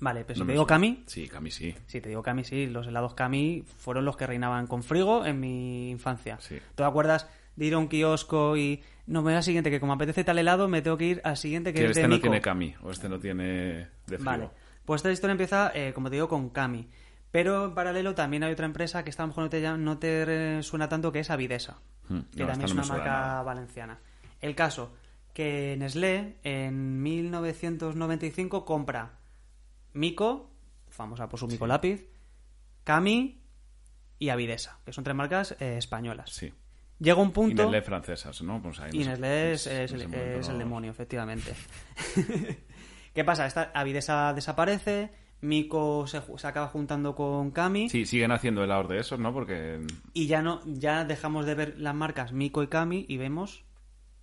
Vale, pero si no te me digo suena. Kami, Sí, Cami sí. si te digo Cami, sí, los helados Cami fueron los que reinaban con frigo en mi infancia. Sí. ¿Tú te acuerdas de ir a un kiosco y no me da siguiente que como apetece tal helado me tengo que ir al siguiente que, Que es este de no Nico? tiene Cami, o este no tiene de frío. Vale. Pues esta historia empieza, eh, como te digo, con Cami. Pero en paralelo también hay otra empresa que esta a lo mejor no te, llam- no te eh, suena tanto, que es Avidesa. Hmm, no, que esta no también me es una suena marca nada. valenciana. El caso, que Nestlé en 1995 compra Mico, famosa por su Mico lápiz, Cami y Avidesa, que son tres marcas eh, españolas. Sí. Llega un Y punto... Nestlé francesas, ¿no? Pues ahí no Y sé. Nestlé es, En es ese el, momento es no- el demonio, efectivamente. ¿Qué pasa? Esta Avidesa desaparece, Miko se, ju- se acaba juntando con Kami Sí, siguen haciendo helados de esos, ¿no? Porque y ya no ya dejamos de ver las marcas Miko y Kami y vemos...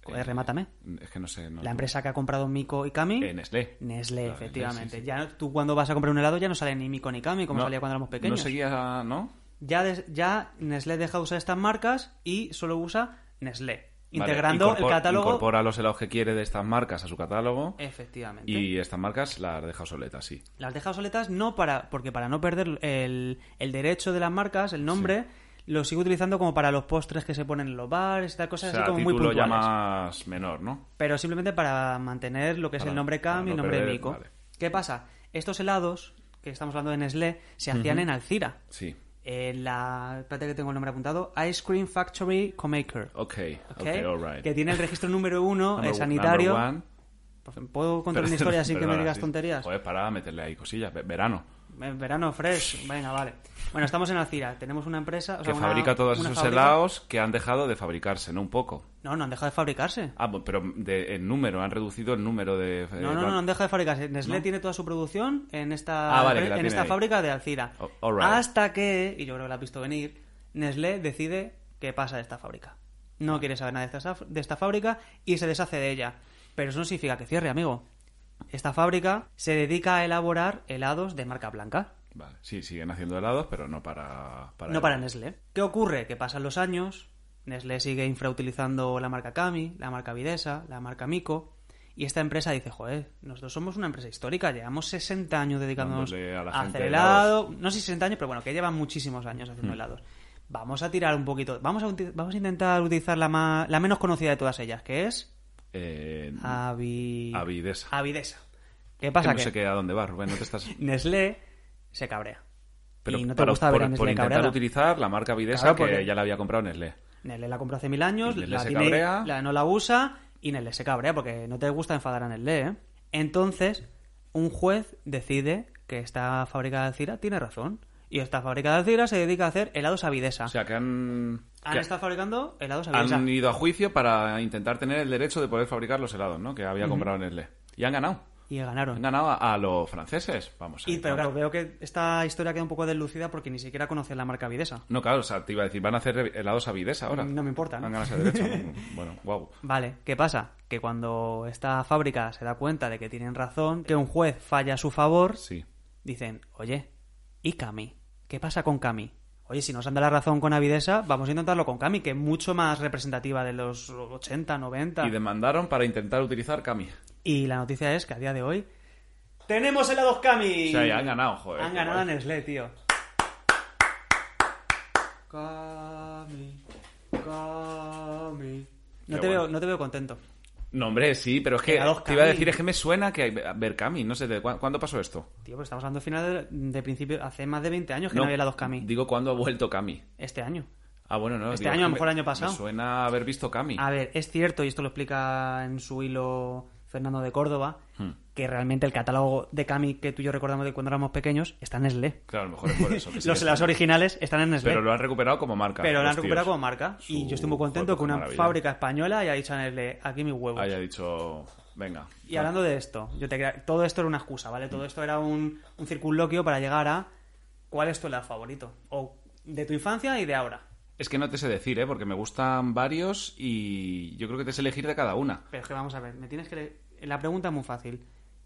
eh, Eh, remátame. es que no sé. No, La empresa que ha comprado Miko y Kami... Eh, Nestlé. Nestlé, Claro, efectivamente. Nestlé, sí, sí. Ya no- tú cuando vas a comprar un helado ya no sale ni Miko ni Kami como No, salía cuando éramos No pequeños. seguía, ¿no? ya, des- ya Nestlé deja de usar estas marcas y solo usa Nestlé, Vale, integrando incorpor- el catálogo... Incorpora los helados que quiere de estas marcas a su catálogo. Efectivamente. Y estas marcas las deja obsoletas, sí. Las deja obsoletas no para, porque para no perder el, el derecho de las marcas, el nombre, lo sigo utilizando como para los postres que se ponen en los bares, estas O cosas sea, así como título muy puntuales. ya más menor, ¿no? Pero simplemente para mantener lo que es Para- el nombre para Cam no y el nombre de perder, Mico. vale. ¿Qué pasa? Estos helados, que estamos hablando de Nestlé, se hacían en Alcira. Sí. En la... Espérate que tengo el nombre apuntado. Ice Cream Factory Comaker. Ok, ok, ¿ok? alright. Que tiene el registro número uno, Number- eh, sanitario. number one. Por- ¿Puedo contar una Pero- historia sin que me perdona, digas sí. tonterías? Joder, para meterle ahí cosillas. Ve- Verano. En Verano fresh, venga, vale. Bueno, estamos en Alcira, tenemos una empresa... o sea, que una- fabrica todos una esos fábrica- helados que han dejado de fabricarse, ¿no? Un poco. No, no han dejado de fabricarse. Ah, bu- pero de, en número, han reducido el número de... eh, No, no, no, no han dejado de fabricarse. Nestlé ¿No? tiene toda su producción en esta, Ah, vale, que la en tiene esta ahí. fábrica de Alcira. O- all right. Hasta que, y yo creo que la has visto venir, Nestlé decide que pasa de esta fábrica. No quiere saber nada de esta, saf- de esta fábrica y se deshace de ella. Pero eso no significa que cierre, amigo. Esta fábrica se dedica a elaborar helados de marca blanca. Vale, sí, siguen haciendo helados, pero no para... para no para Nestlé. ¿Qué ocurre? Que pasan los años, Nestlé sigue infrautilizando la marca Kami, la marca Videsa, la marca Mico, y esta empresa dice, joder, nosotros somos una empresa histórica, llevamos 60 años dedicándonos Dándole a a, la gente hacer helado, no sé si 60 años, pero bueno, que llevan muchísimos años Hmm. haciendo helados. Vamos a tirar un poquito, vamos a, uti- vamos a intentar utilizar la, ma- la menos conocida de todas ellas, que es Eh, Avi... Avidesa. Avidesa. ¿Qué Ah, pasa? que no sé qué, a dónde vas, Rubén, no te estás... Nestlé se cabrea. Pero y no te para- gusta ver por, a Nestlé por intentar cabreada. utilizar la marca Videsa Claro, que porque- ya la había comprado Nestlé. Nestlé la compró hace mil años, Y Nestlé la, se tiene- cabrea. la- no la usa y Nestlé se cabrea porque no te gusta enfadar a Nestlé. ¿eh? Entonces, un juez decide que esta fábrica de Alcira tiene razón. Y esta fábrica de Alcira se dedica a hacer helados a Videsa. O sea, que han... Ah. Han que estado fabricando helados a Videsa. han ido a juicio para intentar tener el derecho de poder fabricar los helados, ¿no? Que había comprado Nestlé. Y han ganado. Y ganaron. Han ganado a, a los franceses. Vamos. Y, ahí, pero vamos. claro, veo que esta historia queda un poco deslucida porque ni siquiera conocen la marca Videsa. No, claro, o sea, te iba a decir, van a hacer helados a Videsa ahora. No me importa, ¿no? Han ganado ese derecho. Mm, bueno, guau. Vale, ¿qué pasa? Que cuando esta fábrica se da cuenta de que tienen razón, que un juez falla a su favor, Sí. dicen, oye, ¿y Cami? ¿Qué pasa con Cami? Oye, si nos han dado la razón con Avidesa, vamos a intentarlo con Cami, que es mucho más representativa de los 80, 90. Y demandaron para intentar utilizar Cami. Y la noticia es que a día de hoy tenemos helados Cami. O sea, ya han ganado, eh, joder. Han qué ganado a guay. Nestlé, tío. Cami, Cami. No Qué te, bueno. veo, no te veo contento. No, hombre, sí, pero es que Helados te iba a Cami. decir, es que me suena que hay ver Cami. No sé, ¿de cuá- cuándo pasó esto? Tío, pues estamos hablando de final de, de principio, hace más de 20 años que no, había helados Cami. Digo, ¿cuándo ha vuelto Cami? Este año. Ah, bueno, no. Este digo, año, es a que lo mejor me- el año pasado. Me suena haber visto Cami. A ver, es cierto, y esto lo explica en su hilo Fernando de Córdoba, Hmm. que realmente el catálogo de Cami que tú y yo recordamos de cuando éramos pequeños está en Nestlé. Claro, a lo mejor es por eso. que sí Los, está. las originales están en Nestlé. Pero lo han recuperado como marca. Pero la han los tíos. recuperado como marca. Y Su- yo estoy muy contento joder, que una maravilla. fábrica española haya dicho a Nestlé, aquí mis huevos. Haya dicho, venga. Y hablando de esto, yo te quería- todo esto era una excusa, ¿vale? Hmm. Todo esto era un, un circunloquio para llegar a cuál es tu helado favorito. O de tu infancia y de ahora. Es que no te sé decir, ¿eh? Porque me gustan varios y yo creo que te sé elegir de cada una. Pero es que vamos a ver, me tienes que... le- La pregunta es muy fácil.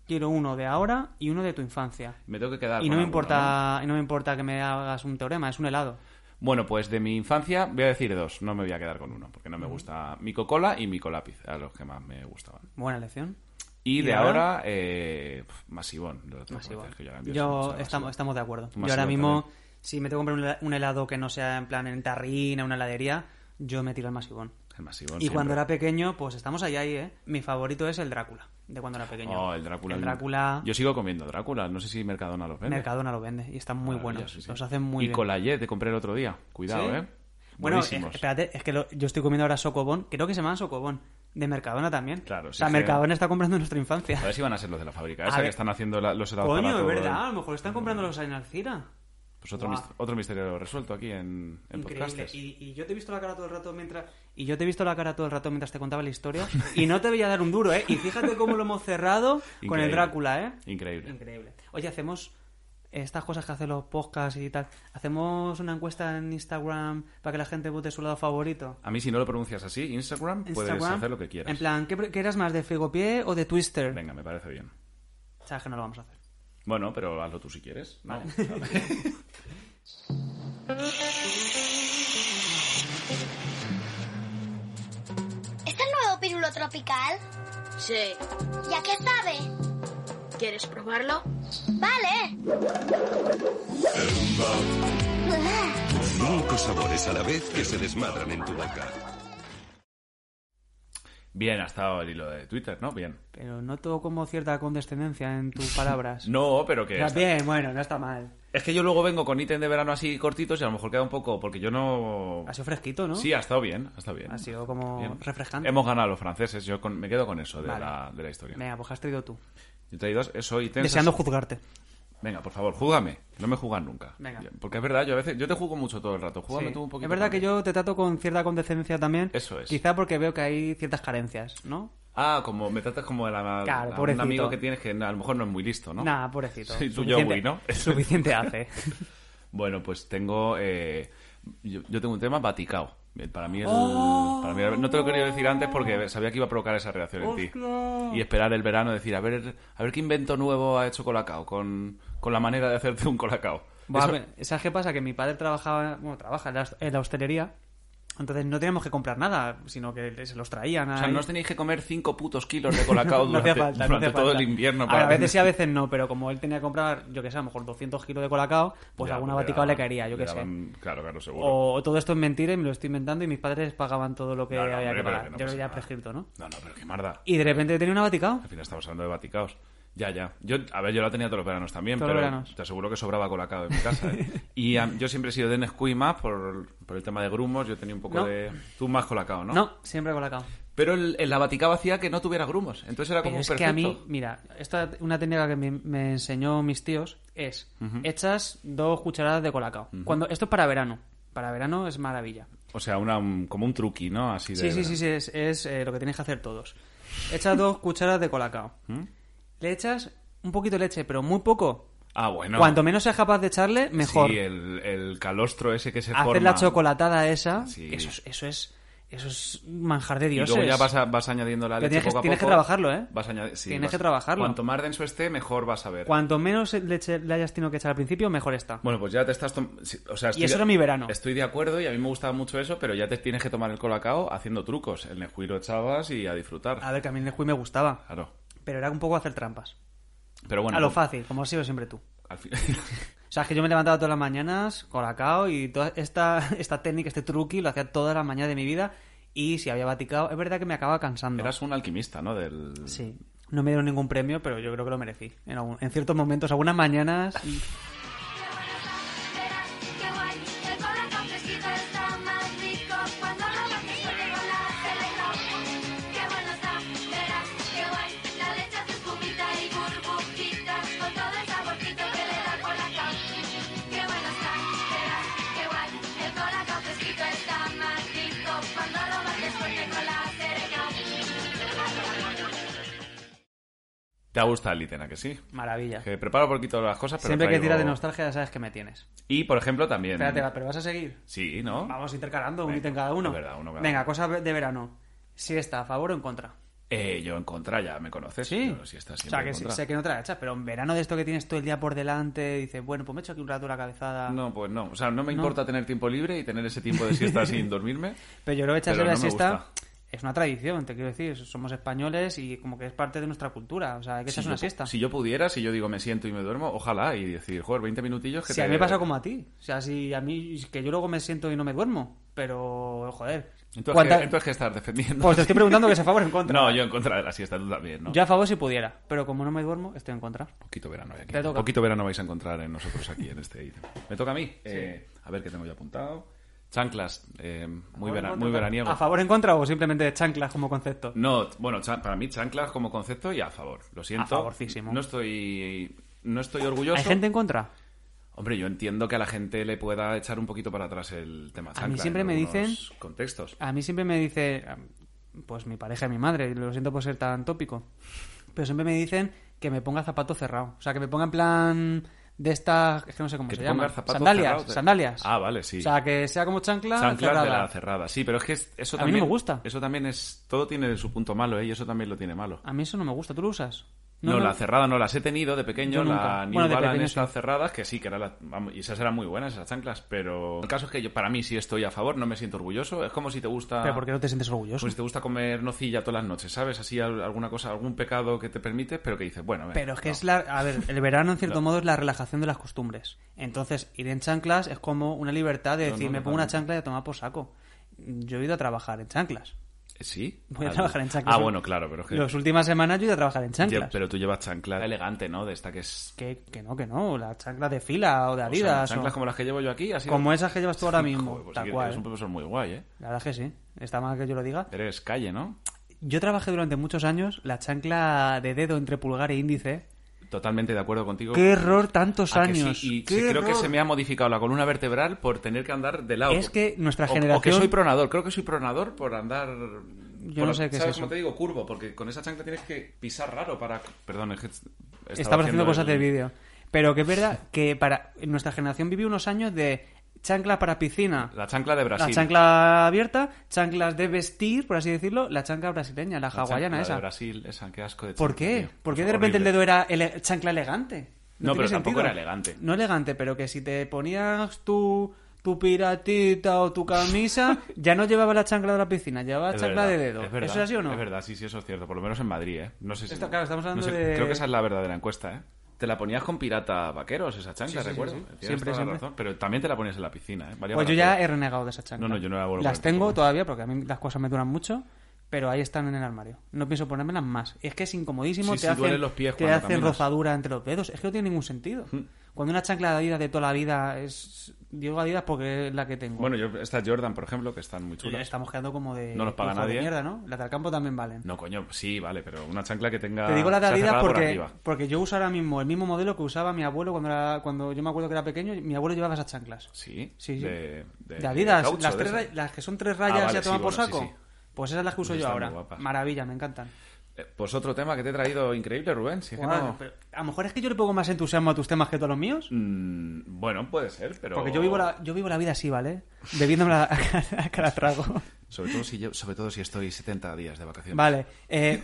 Quiero uno de ahora y uno de tu infancia. Me tengo que quedar Y con no me alguno, importa, y no me importa que me hagas un teorema, es un helado. Bueno, pues de mi infancia voy a decir dos. No me voy a quedar con uno, porque no Mm. me gusta mi Coca-Cola y mi Colápiz, a los que más me gustaban. Buena elección. Y, ¿Y de ahora? ahora, eh, pf, Masivón. lo tengo que Masivo. reconocer Pues que yo era Yo, un dios, me gustaba estamos, Masivón. estamos de acuerdo. Masivo yo ahora mismo, también. si me tengo que comprar un hela- un helado que no sea en plan en tarrina, una heladería, yo me tiro al masivón. El Masivón Y siempre. cuando era pequeño, pues estamos allá ahí, ¿eh? Mi favorito es el Drácula, de cuando era pequeño. Oh, el Drácula. El Drácula, Yo sigo comiendo Drácula. No sé si Mercadona los vende. Mercadona lo vende y están muy Maravilla, buenos. Ah, sí, sí. Los hacen muy y bien. Colayet te compré el otro día. Cuidado, ¿Sí? ¿eh? Bueno, es- Buenísimos. espérate, es que lo- yo estoy comiendo ahora Socobón. Creo que se llaman Socobón. De Mercadona también. Claro, sí O sea, que- Mercadona está comprando nuestra infancia. A ver si van a ser los de la fábrica. A Esa ver. que están haciendo la- los helados para Coño, es todo el- verdad. A lo mejor están comprando los en Alcira. Pues otro, Guau. mis- otro misterio resuelto aquí en, en Increíble. podcastes. Y, y yo te he visto la cara todo el rato mientras. Y yo te he visto la cara todo el rato mientras te contaba la historia. y no te veía dar un duro, ¿eh? Y fíjate cómo lo hemos cerrado con el Increíble. Drácula, ¿eh? Increíble. Increíble. Oye, hacemos estas cosas que hacen los podcasts y tal. Hacemos una encuesta en Instagram para que la gente vote su lado favorito. A mí, si no lo pronuncias así, Instagram, puedes Instagram, hacer lo que quieras. En plan, ¿qué, pre- qué eras más de Frigopié o de Twister? Venga, me parece bien. Sabes que no lo vamos a hacer. Bueno, pero hazlo tú si quieres. No. ¿Este ¿Es el nuevo pirulo tropical? Sí. ¿Y a qué sabe? ¿Quieres probarlo? Vale. Cinco sabores a la vez que se desmadran en tu boca. bien, ha estado el hilo de Twitter, ¿no? Bien. Pero noto como cierta condescendencia en tus palabras. No, pero que... Pero bien, bueno, no está mal. Es que yo luego vengo con ítem de verano así cortitos y a lo mejor queda un poco... Porque yo no... Ha sido fresquito, ¿Ah, ¿no? Ah, Sí, ha estado bien, ha estado bien. Ha sido como Bien. refrescante. Hemos ganado a los franceses, yo con- me quedo con eso de, Vale. la, de la historia. Venga, pues has traído tú. Yo he traído eso ítems... Deseando así- juzgarte. Venga, por favor, júgame. No me jugas nunca. Venga. Porque es verdad, yo a veces... Yo te juego mucho todo el rato. Júgame Sí. tú un poquito. es verdad que también. yo te trato con cierta condescendencia también. Eso es. Quizá porque veo que hay ciertas carencias, ¿no? Ah, como me tratas como de la, Claro, a un pobrecito. amigo que tienes que a lo mejor no es muy listo, ¿no? Nada, pobrecito. Sí, tú Suficiente- Joey, ¿no? Suficiente hace. Bueno, pues tengo. eh, yo, yo tengo un tema Vaticao. Eh, Para mí, el, para mí el- no te lo quería decir antes porque sabía que iba a provocar esa reacción en ti. Y esperar el verano, decir, a ver, a ver qué invento nuevo ha hecho Colacao con, con la manera de hacerte un Colacao. Va, Eso- pues, ¿Sabes qué pasa? Que mi padre trabajaba, bueno, trabaja en la, en la hostelería. Entonces no teníamos que comprar nada, sino que se los traían. o sea, ahí. no os tenéis que comer cinco putos kilos de Colacao No hacía durante, falta, no durante hacía todo falta. el invierno. Ahora, para a veces tener- sí, a veces no, pero como él tenía que comprar, yo que sé, a lo mejor 200 kilos de colacao, pues Ya, alguna le vaticao le daban- caería, yo le que sé. daban- Claro, claro, seguro. O todo esto es mentira y me lo estoy inventando y mis padres pagaban todo lo que No, no, había hombre, que pero pagar. que no pasa yo creo que ya nada. prescrito, ¿no? No, no, pero qué marda. Y de repente tenía una Vaticao. Al final estamos hablando de Vaticaos. Ya, ya. Yo, a ver, yo la tenía todos los veranos también, Todos los pero veranos. te aseguro que sobraba colacao en mi casa. ¿eh? y am, yo siempre he sido de Nesquik más por, por el tema de grumos. Yo tenía un poco No. de... Tú más colacao, ¿no? ¿No? siempre colacao. Pero el, el- la Vaticao hacía que no tuviera grumos. Entonces era Pero como es perfecto. que a mí, mira, esta una técnica que me, me enseñó mis tíos es echas dos cucharadas de colacao. Cuando esto es para verano, para verano es maravilla. O sea, una, un- como un truqui, ¿no? Así de... Sí, sí, sí, sí, es, es, eh, lo que tienes que hacer todos. Echas dos cucharadas de colacao. ¿Mm? Le echas un poquito de leche, pero muy poco. Ah, bueno. Cuanto menos seas capaz de echarle, mejor. Sí, el, el calostro ese que se Hacer forma. la chocolatada esa, Sí. eso, es- eso es eso es manjar de Y dioses. luego ya vas, a- vas añadiendo la Pero leche tienes que- poco a tienes que poco. trabajarlo, ¿eh? Vas añadi- sí, Tienes vas- que trabajarlo. Cuanto más denso esté, mejor vas a ver. Cuanto menos leche le hayas tenido que echar al principio, mejor está. Bueno, pues ya te estás... tom- sí, O sea, estoy- eso era mi verano. Estoy de acuerdo y a mí me gustaba mucho eso, pero ya te tienes que tomar el colacao haciendo trucos. El Nesquik lo echabas y a disfrutar. A ver, que a mí el Nesquik me gustaba, Claro. pero era un poco hacer trampas. Pero bueno... a lo pues, fácil, como has sido siempre tú. al fin- O sea, es que yo me levantaba todas las mañanas, colacao, y toda esta, esta técnica, este truqui, lo hacía todas las mañanas de mi vida. Y si había vaticado, es verdad que me acababa cansando. Eras un alquimista, ¿no? Del... Sí. No me dieron ningún premio, pero yo creo que lo merecí. En, algún- en ciertos momentos, algunas mañanas. Qué guay, el colacao fresquito está más rico cuando lo bajes con Nicolás, el helado. Qué bueno está, verás, qué guay, la Te ha gustado el Liten, ¿a que sí? Maravilla. Que preparo por aquí todas las cosas, pero Siempre que traigo- tiras de nostalgia ya sabes que me tienes. Y, por ejemplo, también... Espérate, va, pero vas a seguir. Sí, ¿no? Vamos intercalando, un Venga, ítem cada uno. es verdad, uno cada Venga, uno. cosas de verano. Si está a favor o en contra. Eh, yo en contra, ya me conoces. Yo, sí, está o siempre sea, que en sí, contra. sé que no te la echas, pero en verano de esto que tienes todo el día por delante, dices, bueno, pues me echo aquí un rato la cabezada. No, pues no. O sea, no me importa tener tiempo libre y tener ese tiempo de siesta sin dormirme. Pero yo creo que echarse Pero la no me siesta gusta. es una tradición, te quiero decir. Somos españoles y como que es parte de nuestra cultura. O sea, hay que echarse yo una pu- siesta. si yo pudiera, si yo digo me siento y me duermo, ojalá, y decir, joder, 20 minutillos que Si a te- mí me pasa como a ti. O sea, si a mí, que yo luego me siento y no me duermo. Pero, joder. Entonces, ¿cuánta- ¿qué- entonces, ¿qué estás defendiendo? Pues te estoy preguntando que se a favor o en contra. No, yo en contra de la siesta, tú también, ¿no? Yo a favor si pudiera, pero como no me duermo, estoy en contra. Poquito verano hay aquí. Te toca. Poquito verano vais a encontrar en nosotros aquí en este ítem. Me toca a mí. Eh, a ver qué tengo yo apuntado. Chanclas, eh, muy, vera- muy veraniego. ¿A favor o en contra o simplemente chanclas como concepto? No, bueno, cha- para mí chanclas como concepto y a favor. Lo siento. A favorcísimo. No estoy, no estoy orgulloso. ¿Hay gente en contra? Hombre, yo entiendo que a la gente le pueda echar un poquito para atrás el tema mí chancla. siempre en me algunos dicen- contextos. A mí siempre me dice, pues mi pareja y mi madre, lo siento por ser tan tópico, pero siempre me dicen que me ponga zapato cerrado. O sea, que me ponga en plan de estas, es que no sé cómo Que se te pongas llama. zapato Sandalias, cerrado, te- sandalias. Ah, vale, sí. O sea, que sea como chancla Chanclas Ah, cerrada. de la cerrada. Sí, pero es que es- eso A mí no también me gusta. Eso también es todo tiene su punto malo, ¿eh? Y eso también lo tiene malo. A mí eso no me gusta, ¿tú lo usas? No, Ah, no. la cerrada no, las he tenido de pequeño, Yo nunca. la New Bueno, de Balance pequeño estas cerradas, que sí, que eran las, vamos, y esas eran muy buenas, esas chanclas, pero el caso es que yo, para mí sí estoy a favor, no me siento orgulloso, es como si te gusta... ¿Pero por qué no te sientes orgulloso? Pues si te gusta comer nocilla todas las noches, ¿sabes? Así al- alguna cosa, algún pecado que te permite, pero que dices, bueno... eh, Pero es que no. es la. A ver, el verano en cierto modo es la relajación de las costumbres. Entonces, ir en chanclas es como una libertad de No, decir, no, me pongo una totalmente. chancla y a tomar por saco. Yo he ido a trabajar en chanclas. ¿Sí? Voy a Al- trabajar en chanclas. ¿eh? Ah, bueno, claro, pero es que... Las últimas semanas yo he ido a trabajar Lle- en chanclas. pero tú llevas chancla elegante, ¿no? De esta que es... Que, que no, que no. Las chanclas de fila o de o sea, Adidas. chanclas o- como las que llevo yo aquí, así... como... esas que llevas tú ahora mismo. Joder, pues sí tal que cual. Eres un Eh. profesor muy guay, ¿eh? La verdad es que sí. Está mal que yo lo diga. Eres calle, ¿no? Yo trabajé durante muchos años la chancla de dedo entre pulgar e índice. Totalmente de acuerdo contigo. ¡Qué error tantos Ah, que sí, años! y ¡Qué sí, creo que error! se me ha modificado la columna vertebral por tener que andar de lado. Es que nuestra O- O que generación- soy pronador, creo que soy pronador por andar... Yo por- no sé qué es ¿Sabes eso. cómo te digo? Curvo, porque con esa chancla tienes que pisar raro para... Perdón, es que... Estaba, Estaba haciendo cosas el- del vídeo. Pero que es verdad que para nuestra generación vivió unos años de chancla para piscina. La chancla de Brasil. La chancla abierta, chanclas de vestir, por así decirlo, la chancla brasileña, la La chancla hawaiana de esa. Brasil, esa, qué asco de ¿Por chancla, qué? tío. ¿Por qué Es de repente el horrible. dedo era ele- chancla elegante? No, tiene pero tampoco sentido. era elegante. No elegante, pero que si te ponías tu, tu piratita o tu camisa, ya no llevaba la chancla de la piscina, llevaba Es chancla verdad, de dedo. es verdad, ¿Eso es así o no? Es verdad, sí, sí, eso es cierto. Por lo menos en Madrid, ¿eh? No sé si. Esto, claro, estamos no hablando sé, de- Creo que esa es la verdadera encuesta, ¿eh? Te la ponías con pirata vaqueros, esa chancla, Sí, sí, sí, recuerdo. sí. Tienes toda Siempre, la siempre. razón, pero también te la ponías en la piscina, ¿eh? Valía Pues para yo ya todo. he renegado de esa chancla. No, no, yo no la vuelvo a Las poner tengo tampoco. todavía porque a mí las cosas me duran mucho, pero ahí están en el armario. No pienso ponérmelas más. Es que es incomodísimo, Sí, te sí, hacen, duelen los pies te cuando hacen caminas. Hmm. rozadura entre los dedos. Es que no tiene ningún sentido. Cuando una chancla de Adidas de toda la vida es Diego Adidas porque es la que tengo. Bueno, yo, estas Jordan, por ejemplo, que están muy Y ya chulas. estamos quedando como de No nos paga ojo de nadie. mierda, ¿no? Las del campo también valen. No, coño, sí, vale, pero una chancla que tenga. Te digo las de sea Adidas cerrada por porque, arriba. porque yo uso ahora mismo el mismo modelo que usaba mi abuelo cuando era, cuando yo me acuerdo que era pequeño, mi abuelo llevaba esas chanclas. Sí, Sí, sí. De, de- De de Adidas, caucho, las, de tres esas. ra- las que son tres rayas Ah, vale, ya toman sí, por bueno, sí, saco. sí. Pues esas las que uso Esas yo están ahora. muy guapas. Maravilla, me encantan. Eh, Pues otro tema que te he traído increíble, Rubén. Si es que Guau, no- pero a lo mejor es que yo le pongo más entusiasmo a tus temas que tú a los míos. Mm, bueno, puede ser, pero. Porque yo vivo, la, yo vivo la vida así, ¿vale? Bebiéndome la, a cada trago. Sobre todo, si yo- sobre todo si estoy 70 días de vacaciones. Vale. eh,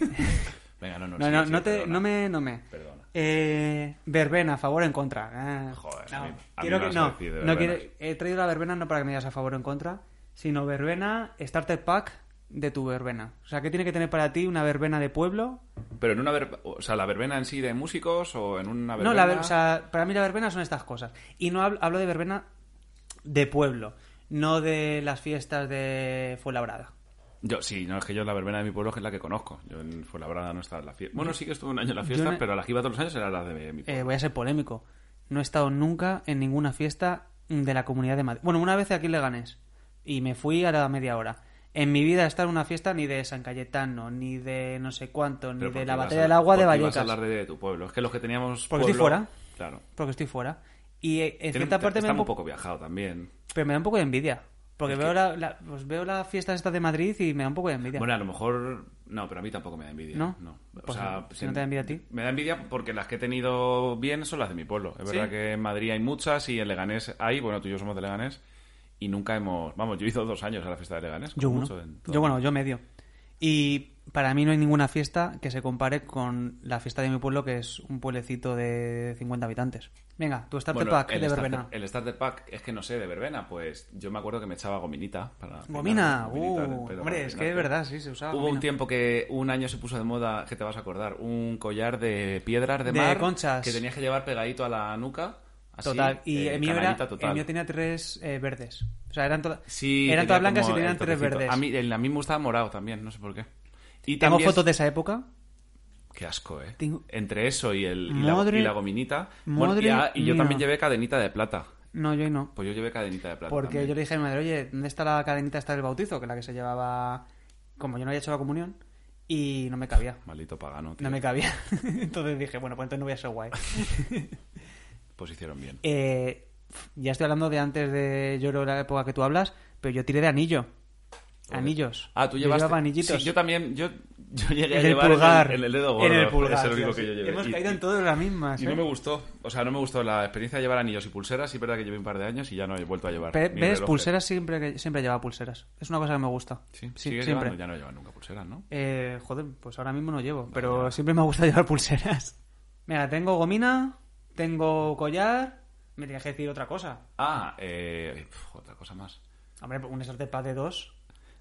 Venga, no, no, no, sí, no, sí, no, te, perdona. no me... No me. Perdona. Eh, verbena, a favor o en contra. Ah, Joder, no, a mí- a mí quiero me que- vas a no, decir de no verbenas. quiero- he traído la verbena no para que me digas a favor o en contra, sino verbena, starter pack de tu verbena. O sea, ¿qué tiene que tener para ti una verbena de pueblo Pero en una ver- o sea, la verbena en sí de músicos o en una verbena. No, la ver- o sea, para mí la verbena son estas cosas. Y no hablo, hablo de verbena de pueblo, no de las fiestas de Fuenlabrada. Yo, sí, no, es que yo la verbena de mi pueblo es la que conozco. Yo en Fuenlabrada no estaba en la fiesta. Bueno, sí que estuve un año en la fiesta, no- pero la que iba todos los años era la de mi pueblo. Eh, voy a ser polémico. No he estado nunca en ninguna fiesta de la Comunidad de Madrid. Bueno, una vez aquí le ganes y me fui a la media hora. En mi vida he estado en una fiesta ni de San Cayetano, ni de no sé cuánto, ni Pero de porque la ibas batalla a- del agua de porque ibas a Vallecas, hablar de tu pueblo. Es que los que teníamos. Porque estoy pueblo- fuera. Claro. porque estoy fuera. Y eh, en Tiene- cierta te- parte me está da un un po- poco viajado también. pero me da un poco de envidia. Porque veo, la, la- pues veo las fiestas estas de Madrid y me da un poco de envidia. Bueno, a lo mejor No, pero a mí tampoco me da envidia. ¿No? no. Pues no, si no te da envidia a ti. Me da envidia porque las que he tenido bien son las de mi pueblo. Es verdad que en Madrid hay muchas y en Leganés hay. Bueno, tú y yo somos de Leganés y nunca hemos. Vamos, yo he ido dos años a la fiesta de Leganés. Yo como uno. mucho en todo. Yo bueno, yo medio. Y para mí no hay ninguna fiesta que se compare con la fiesta de mi pueblo, que es un pueblecito de 50 habitantes. Venga, tu starter Bueno, pack el de starter- verbena. El starter pack es que no sé, de verbena, pues yo me acuerdo que me echaba gominita. Para Gomina, gominita del uh, pelo para hombre, es que es peinarte. verdad, sí, se usaba. Hubo gomina. un tiempo que un año se puso de moda, que te vas a acordar, un collar de piedras de, De mar conchas. que tenías que llevar pegadito a la nuca. así, Total, y eh, el, mío era, canalita total. el mío tenía tres eh, verdes. O sea, eran, todas Sí, eran tenía todas blancas y como tenían el tres toquecito. verdes. A mí, el- a mí me gustaba morado también, no sé por qué. Y Tengo también- fotos de esa época. Qué asco, ¿eh? Tengo- Entre eso y, el, y la- Madre- y la, gominita. Bueno, y, madre a- y yo mía. también llevé cadenita de plata. No, yo ahí no. Pues yo llevé cadenita de plata. Porque también. yo le dije a mi madre, oye, ¿dónde está la cadenita esta del bautizo? Que es la que se llevaba... Como yo no había hecho la comunión. Y no me cabía. Maldito pagano, tío. No me cabía. Entonces dije, bueno, pues entonces no voy a ser guay. Pues hicieron bien. Eh, ya estoy hablando de antes de yo creo la época que tú hablas, pero yo tiré de anillo. Anillos. Ah, tú Yo llevaste. llevaba anillitos. Sí, yo también. Yo, yo llegué a En el llevar en el- pulgar. En, el, dedo gordo. En el pulgar. Es el único tío, que yo sí. llevé. Hemos Y- caído y- en todas las mismas. Y ¿eh? no me gustó. O sea, no me gustó la experiencia de llevar anillos y pulseras. Sí, es verdad que llevé un par de años y ya no he vuelto a llevar. Pe- ni ¿Ves? relojes. Pulseras siempre, que- siempre llevaba pulseras. Es una cosa que me gusta. Sí, sigues siempre. llevando. Ya no llevan nunca pulseras, ¿no? Eh, joder, pues ahora mismo no llevo, pero siempre me gusta llevar pulseras. Mira, tengo gomina, tengo collar. Me tienes que decir otra cosa. Ah, eh, pf, otra cosa más. Hombre, un starter pack de dos.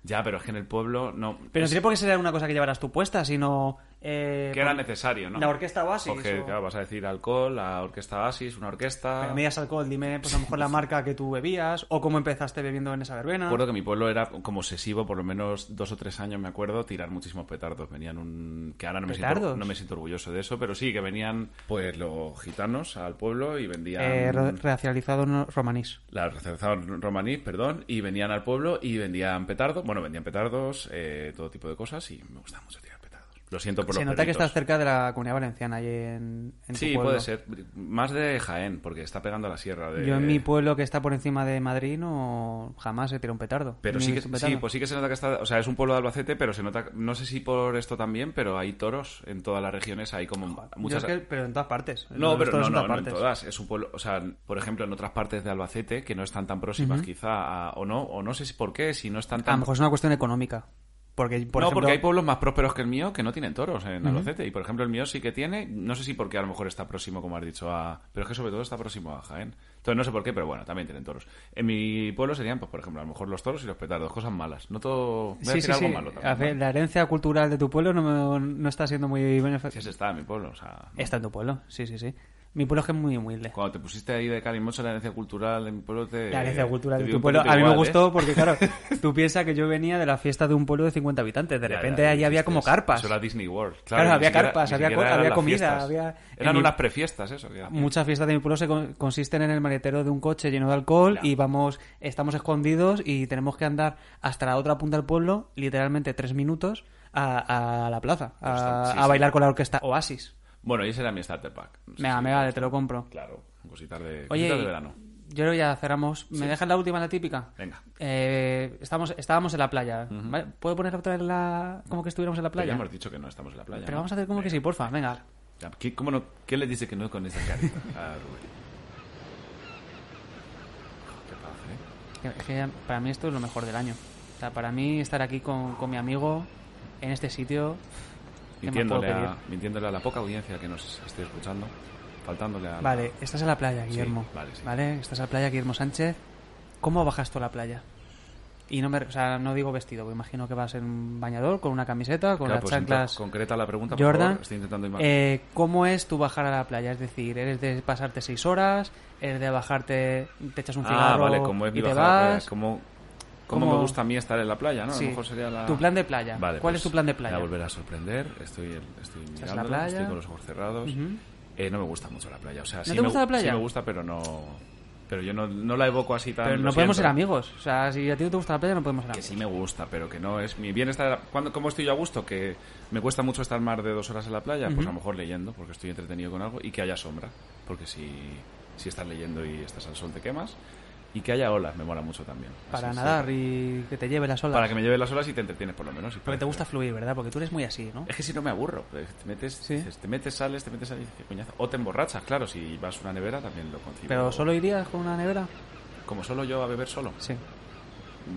Ya, pero es que en el pueblo no. Pero no es- tiene por qué ser una cosa que llevaras tú puesta, sino. eh, que era por- necesario, ¿no? La orquesta Oasis. Porque, o- claro, vas a decir alcohol, la orquesta Asis, una orquesta. Pero me digas alcohol, dime pues a lo mejor la marca que tú bebías o cómo empezaste bebiendo en esa verbena. Recuerdo que mi pueblo era como obsesivo, por lo menos dos o tres años, me acuerdo, tirar muchísimos petardos. Venían un. que ahora no me, siento, ¿Petardos? no me siento orgulloso de eso, pero sí, que venían pues los gitanos al pueblo y vendían. Eh, ro- racializado no- romanís. La recepción romaní, perdón, y venían al pueblo y vendían petardos. Bueno, vendían petardos, eh, todo tipo de cosas, y me gusta mucho tirar petardos. Lo siento por Se los nota que perritos. estás cerca de la comunidad valenciana allí en, en tu Sí, pueblo. puede ser. Más de Jaén, porque está pegando a la sierra. De... Yo en mi pueblo que está por encima de Madrid no jamás he tirado un petardo. Pero Ni sí he que, visto un petardo. sí, pues sí que se nota que está, o sea, es un pueblo de Albacete, pero se nota, no sé si por esto también, pero hay toros en todas las regiones, hay como Yo muchas... es que- pero en todas partes. No, Los pero toros no, en no, todas no en partes. todas. Es un pueblo, o sea, por ejemplo, en otras partes de Albacete que no están tan próximas, quizá, a- o no, o no sé si por qué, si no están A tan. lo mejor es una cuestión económica. Porque, por no, ejemplo, porque hay pueblos más prósperos que el mío que no tienen toros en Albacete. Y por ejemplo, el mío sí que tiene. No sé si porque a lo mejor está próximo, como has dicho, a. Pero es que sobre todo está próximo a Jaén. Entonces no sé por qué, pero bueno, también tienen toros. En mi pueblo serían, pues por ejemplo, a lo mejor los toros y los petardos, cosas malas. No todo. Voy a Sí, decir sí, algo sí. malo también. A ver, ¿vale? la herencia cultural de tu pueblo no, me- no está siendo muy Sí, beneficiosa. ese está en mi pueblo. O sea, Está en tu pueblo, sí, sí, sí. Mi pueblo es que es muy humilde. cuando te pusiste ahí de calimocho la herencia cultural de mi pueblo te. La herencia cultural te de dio tu un pueblo. poquito A mí me igual, ¿eh? gustó porque, claro, tú piensas que yo venía de la fiesta de un pueblo de 50 habitantes. De Ya, ya, repente ya allí había dijiste, como eso- carpas. Eso era Disney World. Claro, ni había siquiera- carpas, ni había siquiera co- eran había las comida, fiestas. había- en Eran mi- Mm. unas prefiestas, eso. que hacían. Muchas fiestas de mi pueblo se con- consisten en el maletero de un coche lleno de alcohol y vamos, estamos escondidos y tenemos que andar hasta la otra punta del pueblo, literalmente tres minutos, a, a la plaza, a, Ostras, sí, a sí. bailar con la orquesta Oasis. Bueno, y ese era mi starter pack. No sé Mega, si- mega, te lo compro. Claro, cositas de, Oye, cositas de verano. yo creo que ya cerramos. ¿Me dejas la última, la típica? Venga. Eh, estamos, estábamos en la playa. ¿vale? ¿Puedo poner otra vez la... como que estuviéramos en la Pero ya playa? hemos dicho que no estamos en la playa. Pero ¿no? vamos a hacer como que sí, porfa. Venga. Ya, ¿Qué, cómo no, ¿Qué le dice que no con esa carita a Rubén? Qué paz, ¿eh? Que- que ya- para mí esto es lo mejor del año. O sea, para mí estar aquí con, con mi amigo en este sitio... ¿qué más puedo Mintiéndole a, pedir? mintiéndole a la poca audiencia que nos esté escuchando. Faltándole a... la- Vale, estás en la playa, Guillermo. vale, sí. estás en la playa, Guillermo Sánchez. ¿Cómo bajas tú a la playa? Y no me, o sea, no digo vestido, me imagino que vas en un bañador, con una camiseta, con Claro, las pues, chanclas. entonces, Concreta la pregunta, por Jordan, favor. Estoy intentando imaginar. eh, ¿cómo es tu bajar a la playa? Es decir, ¿eres de pasarte seis horas? ¿Eres de bajarte, te echas un cigarro ah, vale, como es mi y te bajada de playa, vas? Como, como Como- me gusta a mí estar en la playa, ¿no? A Sí. lo mejor sería la... Tu plan de playa. Vale, ¿Cuál pues, es tu plan de playa? Me va a volver a sorprender. Estoy, estoy en la mirando, playa. estoy con los ojos cerrados. Ujú. Eh, no me gusta mucho la playa. O sea, sí te me, gusta la Sí playa? me gusta, pero no... Pero yo no, no la evoco así tan... Pero lo no podemos ser siento. amigos. O sea, si a ti no te gusta la playa, no podemos ser Que amigos. sí me gusta, pero que no es mi bienestar. Cuando, ¿Cómo estoy yo a gusto? Que me cuesta mucho estar más de dos horas en la playa. Pues a lo mejor leyendo, porque estoy entretenido con algo. Y que haya sombra. Porque si, si estás leyendo y estás al sol, te quemas. Y que haya olas me mola mucho también. Para Así, nadar sí. y que te lleve las olas. Para que me lleves las olas y te entretienes por lo menos. y Porque te parece- gusta fluir, ¿verdad? Porque tú eres muy así, ¿no? Es que si no me aburro. pues, Te metes, Sí. dices, te metes, sales, te metes, sales. dices, "Qué coñazo". O te emborrachas, claro. Si vas a una nevera también lo consigo. Pero solo irías con una nevera. Como solo yo a beber solo. Sí.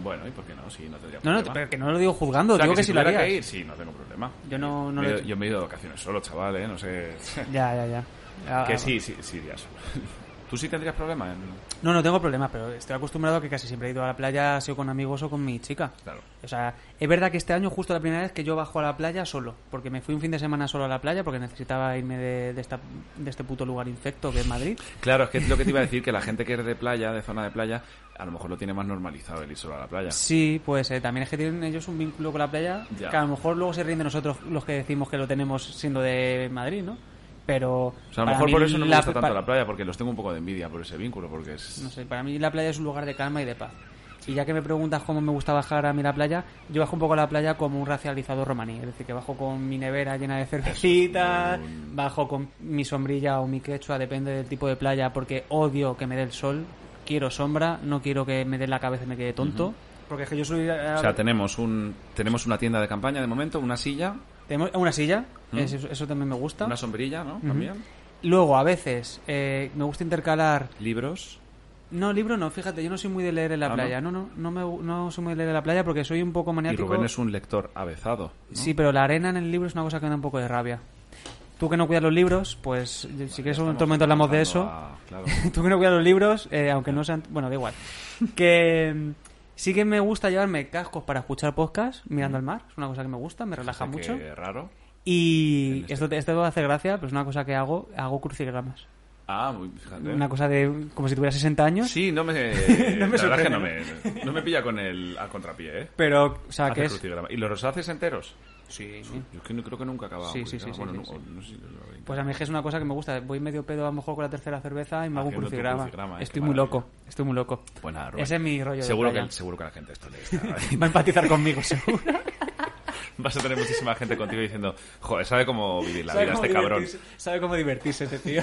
Bueno, ¿y por qué no? Sí, no tendría No, no, problema. pero que no lo digo juzgando, O sea, digo que, si si lo tuviera harías. que ir, sí, no tengo problema. Yo no- Me no lo he he ido- hecho. Yo me he ido de vacaciones solo, chaval, ¿eh? No sé... Ya, ya, ya. Ah, que ah, sí, sí, sí iría solo. ¿Tú sí tendrías problema? en- No, no tengo problemas, pero estoy acostumbrado a que casi siempre he ido a la playa, ha sido con amigos o con mi chica. Claro. O sea, es verdad que este año justo la primera vez que yo bajo a la playa solo, porque me fui un fin de semana solo a la playa porque necesitaba irme de, de esta, de este puto lugar infecto que es Madrid. Claro, es que es lo que te iba a decir, que la gente que es de playa, de zona de playa, a lo mejor lo tiene más normalizado el ir solo a la playa. Sí, pues eh, también es que tienen ellos un vínculo con la playa Ya. que a lo mejor luego se ríen de nosotros los que decimos que lo tenemos siendo de Madrid, ¿no? Pero O sea, a para lo mejor mí por eso no me la- gusta tanto para- la playa, porque los tengo un poco de envidia por ese vínculo, porque es... No sé, para mí la playa es un lugar de calma y de paz. Y ya que me preguntas cómo me gusta bajar a mí la playa, yo bajo un poco a la playa como un racializado romaní. Es decir, que bajo con mi nevera llena de cervecitas, bajo con mi sombrilla o mi quechua, depende del tipo de playa, porque odio que me dé el sol, quiero sombra, no quiero que me dé la cabeza y me quede tonto. Porque es que yo soy... eh, O sea, tenemos, un, tenemos una tienda de campaña de momento, una silla, Tenemos una silla, Mm. es- eso, también me gusta. una sombrilla, ¿no? También. Luego, a veces, eh, me gusta intercalar Libros. No, libro no, fíjate, yo no soy muy de leer en la Ah, ¿no? playa. No, no, no, me, gu- no soy muy de leer en la playa porque soy un poco Y maniático. Rubén es un lector avezado. ¿no? Sí, pero la arena en el libro es una cosa que me da un poco de rabia. Tú que no cuidas los libros, pues yo- si quieres en otro momento hablamos de eso. Ah, claro. Tú que no cuidas los libros, eh, aunque no sean... Bueno, da igual. que mm, sí que me gusta llevarme cascos para escuchar podcast mirando al mar. Es una cosa que me gusta, me relaja O sea, mucho. que raro. Y en este esto, te- esto te va a hacer gracia, pero es una cosa que hago, hago crucigramas. Ah, muy, fíjate. Una cosa de como si tuviera 60 años. Sí, no me, No me la verdad es que sorprende, no me, no me pilla con el al contrapié, ¿eh? Pero, o sea, Hace que es... crucigrama. ¿Y los haces enteros? Sí. Yo es que no, creo que nunca acababa. Sí, un sí, sí, crucigrama. sí, Bueno, sí, no- no sé si lo habré Pues a mí es que es una cosa que me gusta. Voy medio pedo a lo mejor con la tercera cerveza y me hago un Haciendo tu crucigrama. crucigrama, eh, estoy qué muy maravilla. loco, estoy muy loco. Pues nada, Rubén. Ese es mi rollo de Seguro que, playa. seguro que la gente esto le está... Va a empatizar conmigo, seguro. Vas a tener muchísima gente contigo diciendo, joder, sabe cómo vivir la Sabe vida cómo este cabrón. divertirse- Sabe cómo divertirse este tío.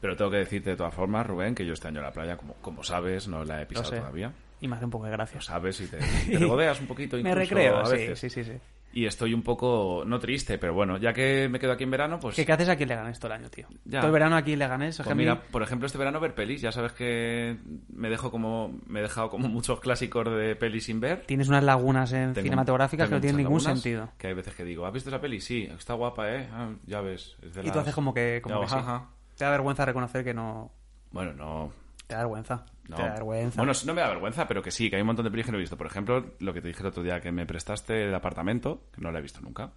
Pero tengo que decirte de todas formas, Rubén, que yo este año a la playa, como, como sabes, no la he pisado sé. todavía. Y me hace un poco de gracia. Lo sabes y te, y te regodeas un poquito me Pues incluso recreo, a sí, veces. Pues sí, sí, sí. Y estoy un poco, no triste, pero bueno, ya que me quedo aquí en verano, pues... ¿Qué, qué haces aquí en Leganés todo el año, tío? Ya. Todo el verano aquí en Leganés. es que Pues a mí- mira, por ejemplo, este verano ver pelis. Ya sabes que me dejo como me he dejado como muchos clásicos de pelis sin ver. Tienes unas lagunas en Tengo- cinematográficas que tengo no tienen ningún muchas lagunas, sentido. Que hay veces que digo, ¿has visto esa peli? Sí, está guapa, ¿eh? Ah, ya ves. es de Y tú las- haces como que, como Ya, que sí. ajá. Te da vergüenza reconocer que no... Bueno, no, Te da vergüenza. no. Te da vergüenza. Bueno, no me da vergüenza, pero que sí, que hay un montón de pelis que no he visto. Por ejemplo, lo que te dije el otro día, que me prestaste el apartamento, que no la he visto nunca.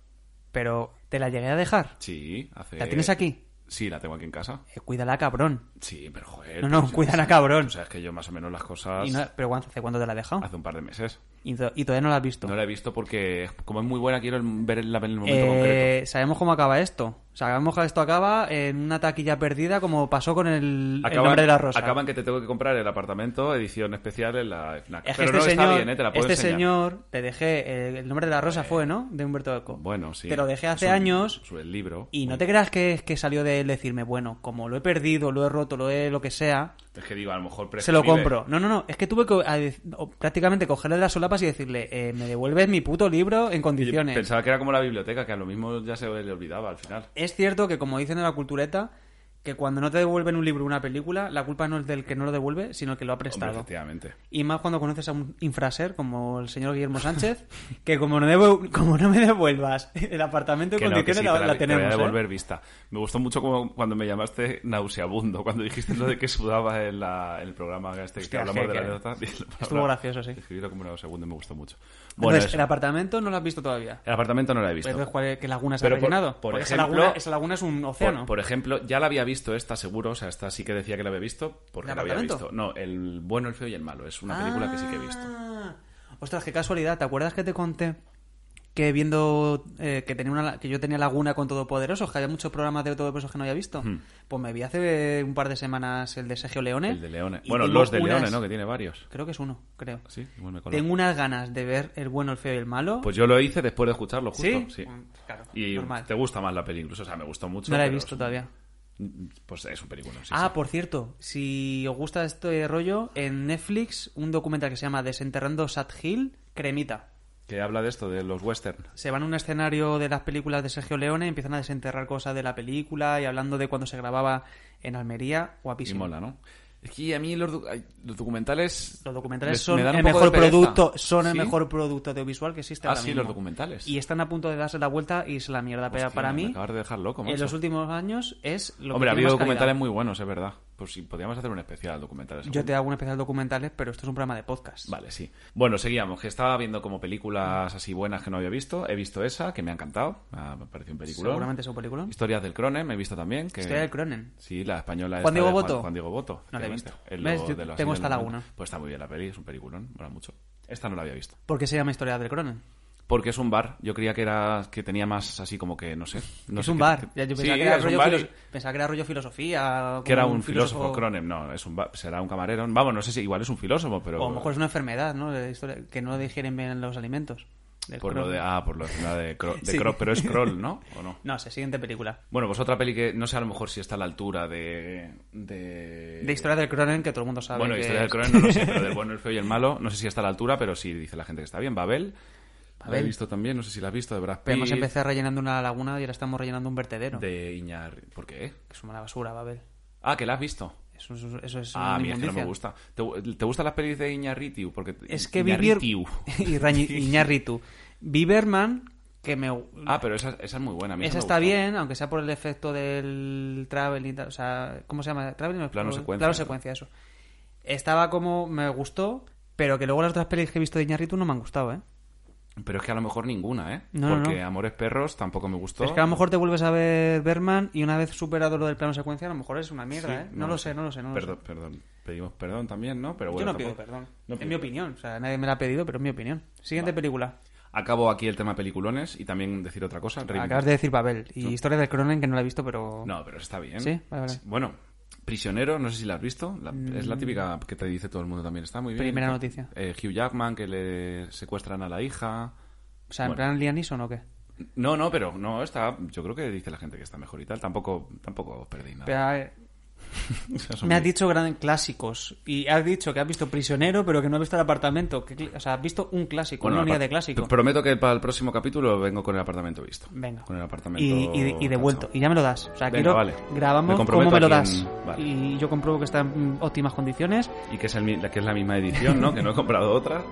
Pero, ¿te la llegué a dejar? Sí, hace... ¿La tienes aquí? Sí, la tengo aquí en casa. Eh, cuídala, cabrón. Sí, pero joder. No, no, pues, cuídala, cabrón. Tú sabes que yo más o menos las cosas... Y no- pero ¿cuánto- ¿hace cuánto te la he dejado? Hace un par de meses. Y, to- y todavía no la has visto. No la he visto porque, como es muy buena, quiero el- verla en el momento concreto. Eh, sabemos cómo acaba esto. Sabemos que esto acaba en una taquilla perdida, como pasó con el, el nombre de la rosa. acaban que te tengo que comprar el apartamento, edición especial en la FNAC. Es que Pero este, no señor, está bien, ¿eh? te la puedo este enseñar. señor, te dejé. eh, el nombre de la rosa fue, ¿no? De Humberto Eco. Bueno, sí. Te lo dejé hace Es un- años. es el libro. Y no te creas que, es que salió de él decirme, bueno, como lo he perdido, lo he roto, lo he lo que sea, Es que digo, a lo mejor se lo prescribe. compro. No, no, no. Es que tuve que a de- o prácticamente cogerle las solapas y decirle, eh, me devuelves mi puto libro en Y condiciones. Pensaba que era como la biblioteca, que a lo mismo ya se le olvidaba al final. Es cierto que, como dicen en la cultureta, que cuando no te devuelven un libro o una película, la culpa no es del que no lo devuelve, sino el que lo ha Hombre, prestado. efectivamente. y más cuando conoces a un infraser como el señor Guillermo Sánchez, que como no, devu- como no me devuelvas el apartamento en Que no, que condiciones, sí, la, te la, la te tenemos. voy a ¿eh? devolver vista. Me gustó mucho como cuando me llamaste nauseabundo, cuando dijiste lo de que sudaba en, la- en el programa este que Hostia, hablamos que- de la que- anécdota. estuvo gracioso, sí. Escribirlo como nauseabundo me gustó mucho. Bueno, Entonces, eso. el apartamento no lo has visto todavía. El apartamento no lo he visto. Pues Entonces, ¿cuál es- ¿qué laguna se Pero ha por- rellenado? por Porque ejemplo- esa, laguna, esa laguna es un Por- océano. Por, ejemplo, ya la había visto esta, seguro. O sea, esta sí que decía que la había visto porque ¿El la había apartamento? visto. No, El bueno, el feo y el malo. Es una película que sí que he visto. Ah. Ostras, qué casualidad. ¿Te acuerdas que te conté que viendo eh, que tenía una, que yo tenía laguna con Todopoderosos, que había muchos programas de Todopoderosos que no había visto? Pues me vi hace un par de semanas el de Sergio Hmm. Leone. El de Leone. Ah, ¿eh? y Bueno, tengo los de unas- Leone, ¿no? Que tiene varios. Creo que es uno, creo. Sí, igual me cola. Tengo unas ganas de ver El bueno, el feo y el malo. Pues yo lo hice después de escucharlo, justo. ¿Sí? Sí. Mm, Claro, Y normal. te gusta más la peli, incluso. O sea, me gustó mucho. No la he pero visto es- todavía. Pues es un película. Sí, ah, sí. por cierto, si os gusta este rollo, en Netflix un documental que se llama Desenterrando Sad Hill, cremita. Que habla de esto, de los western. Se van a un escenario de las películas de Sergio Leone, empiezan a desenterrar cosas de la película y hablando de cuando se grababa en Almería, Y guapísimo. mola, ¿no? Es que a mí los, docu- ay, los documentales... Los documentales les- son me dan un el poco de mejor pereza. producto, son el ¿Sí? mejor producto audiovisual que existe Ah, ahora sí, mismo. los documentales. Y están a punto de darse la vuelta y es la mierda. Pero Hostia, para me mí, acabas de dejar loco, en macho. los últimos años es lo Hombre, ha habido que tiene más calidad. documentales muy buenos, es verdad. Pues sí, podríamos hacer un especial documentales. Yo te hago un especial documentales, pero esto es un programa de podcast. Vale, sí. Bueno, seguíamos, que estaba viendo como películas así buenas que no había visto. He visto esa, que me ha encantado. Ah, me pareció un película. Seguramente es un película. Historias del Cronen, me he visto también. Que... Historia del Cronen. Sí, la española Juan esta de Diego Boto. Juan Diego Boto. No la he efectivamente. visto. El ¿Ves? lobo Yo de los tengo años esta 90. laguna. Pues está muy bien la peli, es un peliculón, mola mucho. Esta no la había visto. ¿Por qué se llama Historia del Cronen? Porque es un bar. Yo creía que era que tenía más así como que, no sé. No es sé un qué- bar. Ya, yo Sí, pensaba, que era es un rollo bar filos- y- pensaba que era rollo filosofía. como que era un filósofo, Cronen. No, es un bar- será un camarero. Vamos, no sé si igual es un filósofo, pero... O a lo mejor es una enfermedad, ¿no? De historia- que no digieren bien los alimentos. Del por lo Cronen. de, ah, por lo de, de, Cro- de Sí. Cro- pero es Kroll, ¿no? ¿O no? No sé, siguiente película. Bueno, pues otra peli que no sé a lo mejor si está a la altura de... De, De Historia del Cronen, que todo el mundo sabe. Eh, Bueno, que Historia del es- Cronen no lo sé, pero del bueno, el feo y el malo, no sé si está a la altura, pero sí dice la gente que está bien. Babel, la he Babel. visto también, no sé si la has visto, de Brad Pitt, Pero hemos empezado rellenando una laguna y ahora estamos rellenando un vertedero. de Iñar... ¿Por qué? Que es una basura, Babel. Ah, que la has visto. Eso, eso, eso es Ah, una mira, que no me inmundicia. gusta. ¿Te, te gustan las pelis de Iñarritiu? Porque Es que vivir... Iñárritu. y Rañi- Iñárritu. Biberman, que me... Ah, pero esa, esa es muy buena. a mí Esa me está gustó. bien, aunque sea por el efecto del travel y tal, O sea, ¿cómo se llama? Traveling Plano secuencia. Plano secuencia, eso. Estaba como... Me gustó, pero que luego las otras pelis que he visto de Iñarritu no me han gustado, ¿eh? Pero es que a lo mejor ninguna, ¿eh? No, no, Porque no. Amores Perros tampoco me gustó. Es que a lo mejor te vuelves a ver Berman y una vez superado lo del plano secuencia, a lo mejor es una mierda, Sí, ¿eh? No, lo sé, no lo sé, no lo perdón, sé. Perdón, pedimos perdón también, ¿no? Pero Yo bueno, no pido tampoco- perdón. No es pido mi perdón. opinión. O sea, nadie me la ha pedido, pero es mi opinión. Siguiente película. Acabo aquí el tema peliculones y también decir otra cosa. reivindicar- Acabas de decir Babel. Y Historia del Cronen, que no la he visto, pero... No, pero está bien. Sí, vale, vale. Bueno, Prisionero, no sé si la has visto. la- Es la típica que te dice todo el mundo también. Está muy bien. Primera noticia. Eh, Hugh Jackman, que le secuestran a la hija. O sea, ¿en Bueno. plan Liam Neeson o qué? No, no, pero no, está. Yo creo que dice la gente que está mejor y tal. Tampoco, tampoco perdí nada. Pero, a ver, O sea, son me has muy- dicho gran clásicos. Y has dicho que has visto Prisionero, pero que no has visto el apartamento. Que cl- o sea, has visto un clásico, Bueno, una unidad apart- de clásico. pr- Prometo que para el próximo capítulo vengo con el apartamento visto. Venga. Con el apartamento. Y, y, y devuelto. cansado. Y ya me lo das. O sea, Venga, quiero. vale. Me Grabamos comprometo cómo me lo aquí das. en- vale. Y yo compruebo que está en óptimas condiciones. Y que es, el mi- la- que es la misma edición, ¿no? que no he comprado otra.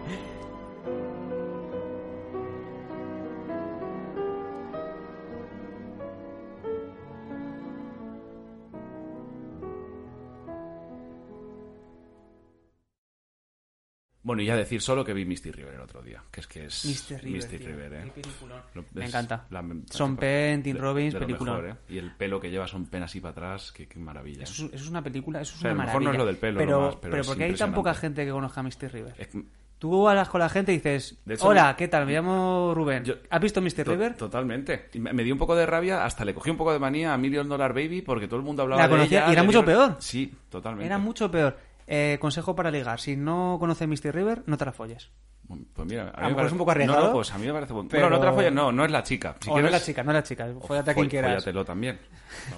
Bueno, y ya decir solo que vi Misty River el otro día, que es que es Mr. River. Misty tío, River, ¿eh? qué peliculón. Lo- Me es encanta. la- Son Penn, Tim de- Robbins, de lo película. mejor, ¿eh? Y el pelo que lleva son pen así para atrás, que, qué maravilla. eso, es- eso es una película, eso es O sea, a una lo mejor no maravilla. es lo del pelo, pero, lo más, pero es porque hay tan poca impresionante. gente que conozca a Mr. River. Es que- Tú hablas con la gente y dices, De hecho, hola, yo- ¿qué tal? Me llamo Rubén. Yo- ¿Has visto Mr. To- River? Totalmente. Y Me, me dio un poco de rabia, hasta le cogí un poco de manía a Million Dollar Baby porque todo el mundo hablaba La de conocía ella, y era de mucho Million- peor. Sí, totalmente. Era mucho peor. Eh, consejo para ligar. Si no conoces Mr. River, no te la folles. Pues mira, a mí Ah, A me lo mejor parece es un poco No, arriesgado, no, pues a mí me parece bueno. pero- Bueno, no te la follas, no, no es la chica. Si o quieres, no es la chica, no es la chica. Fóllate a quien foll- quieras. fóllatelo también.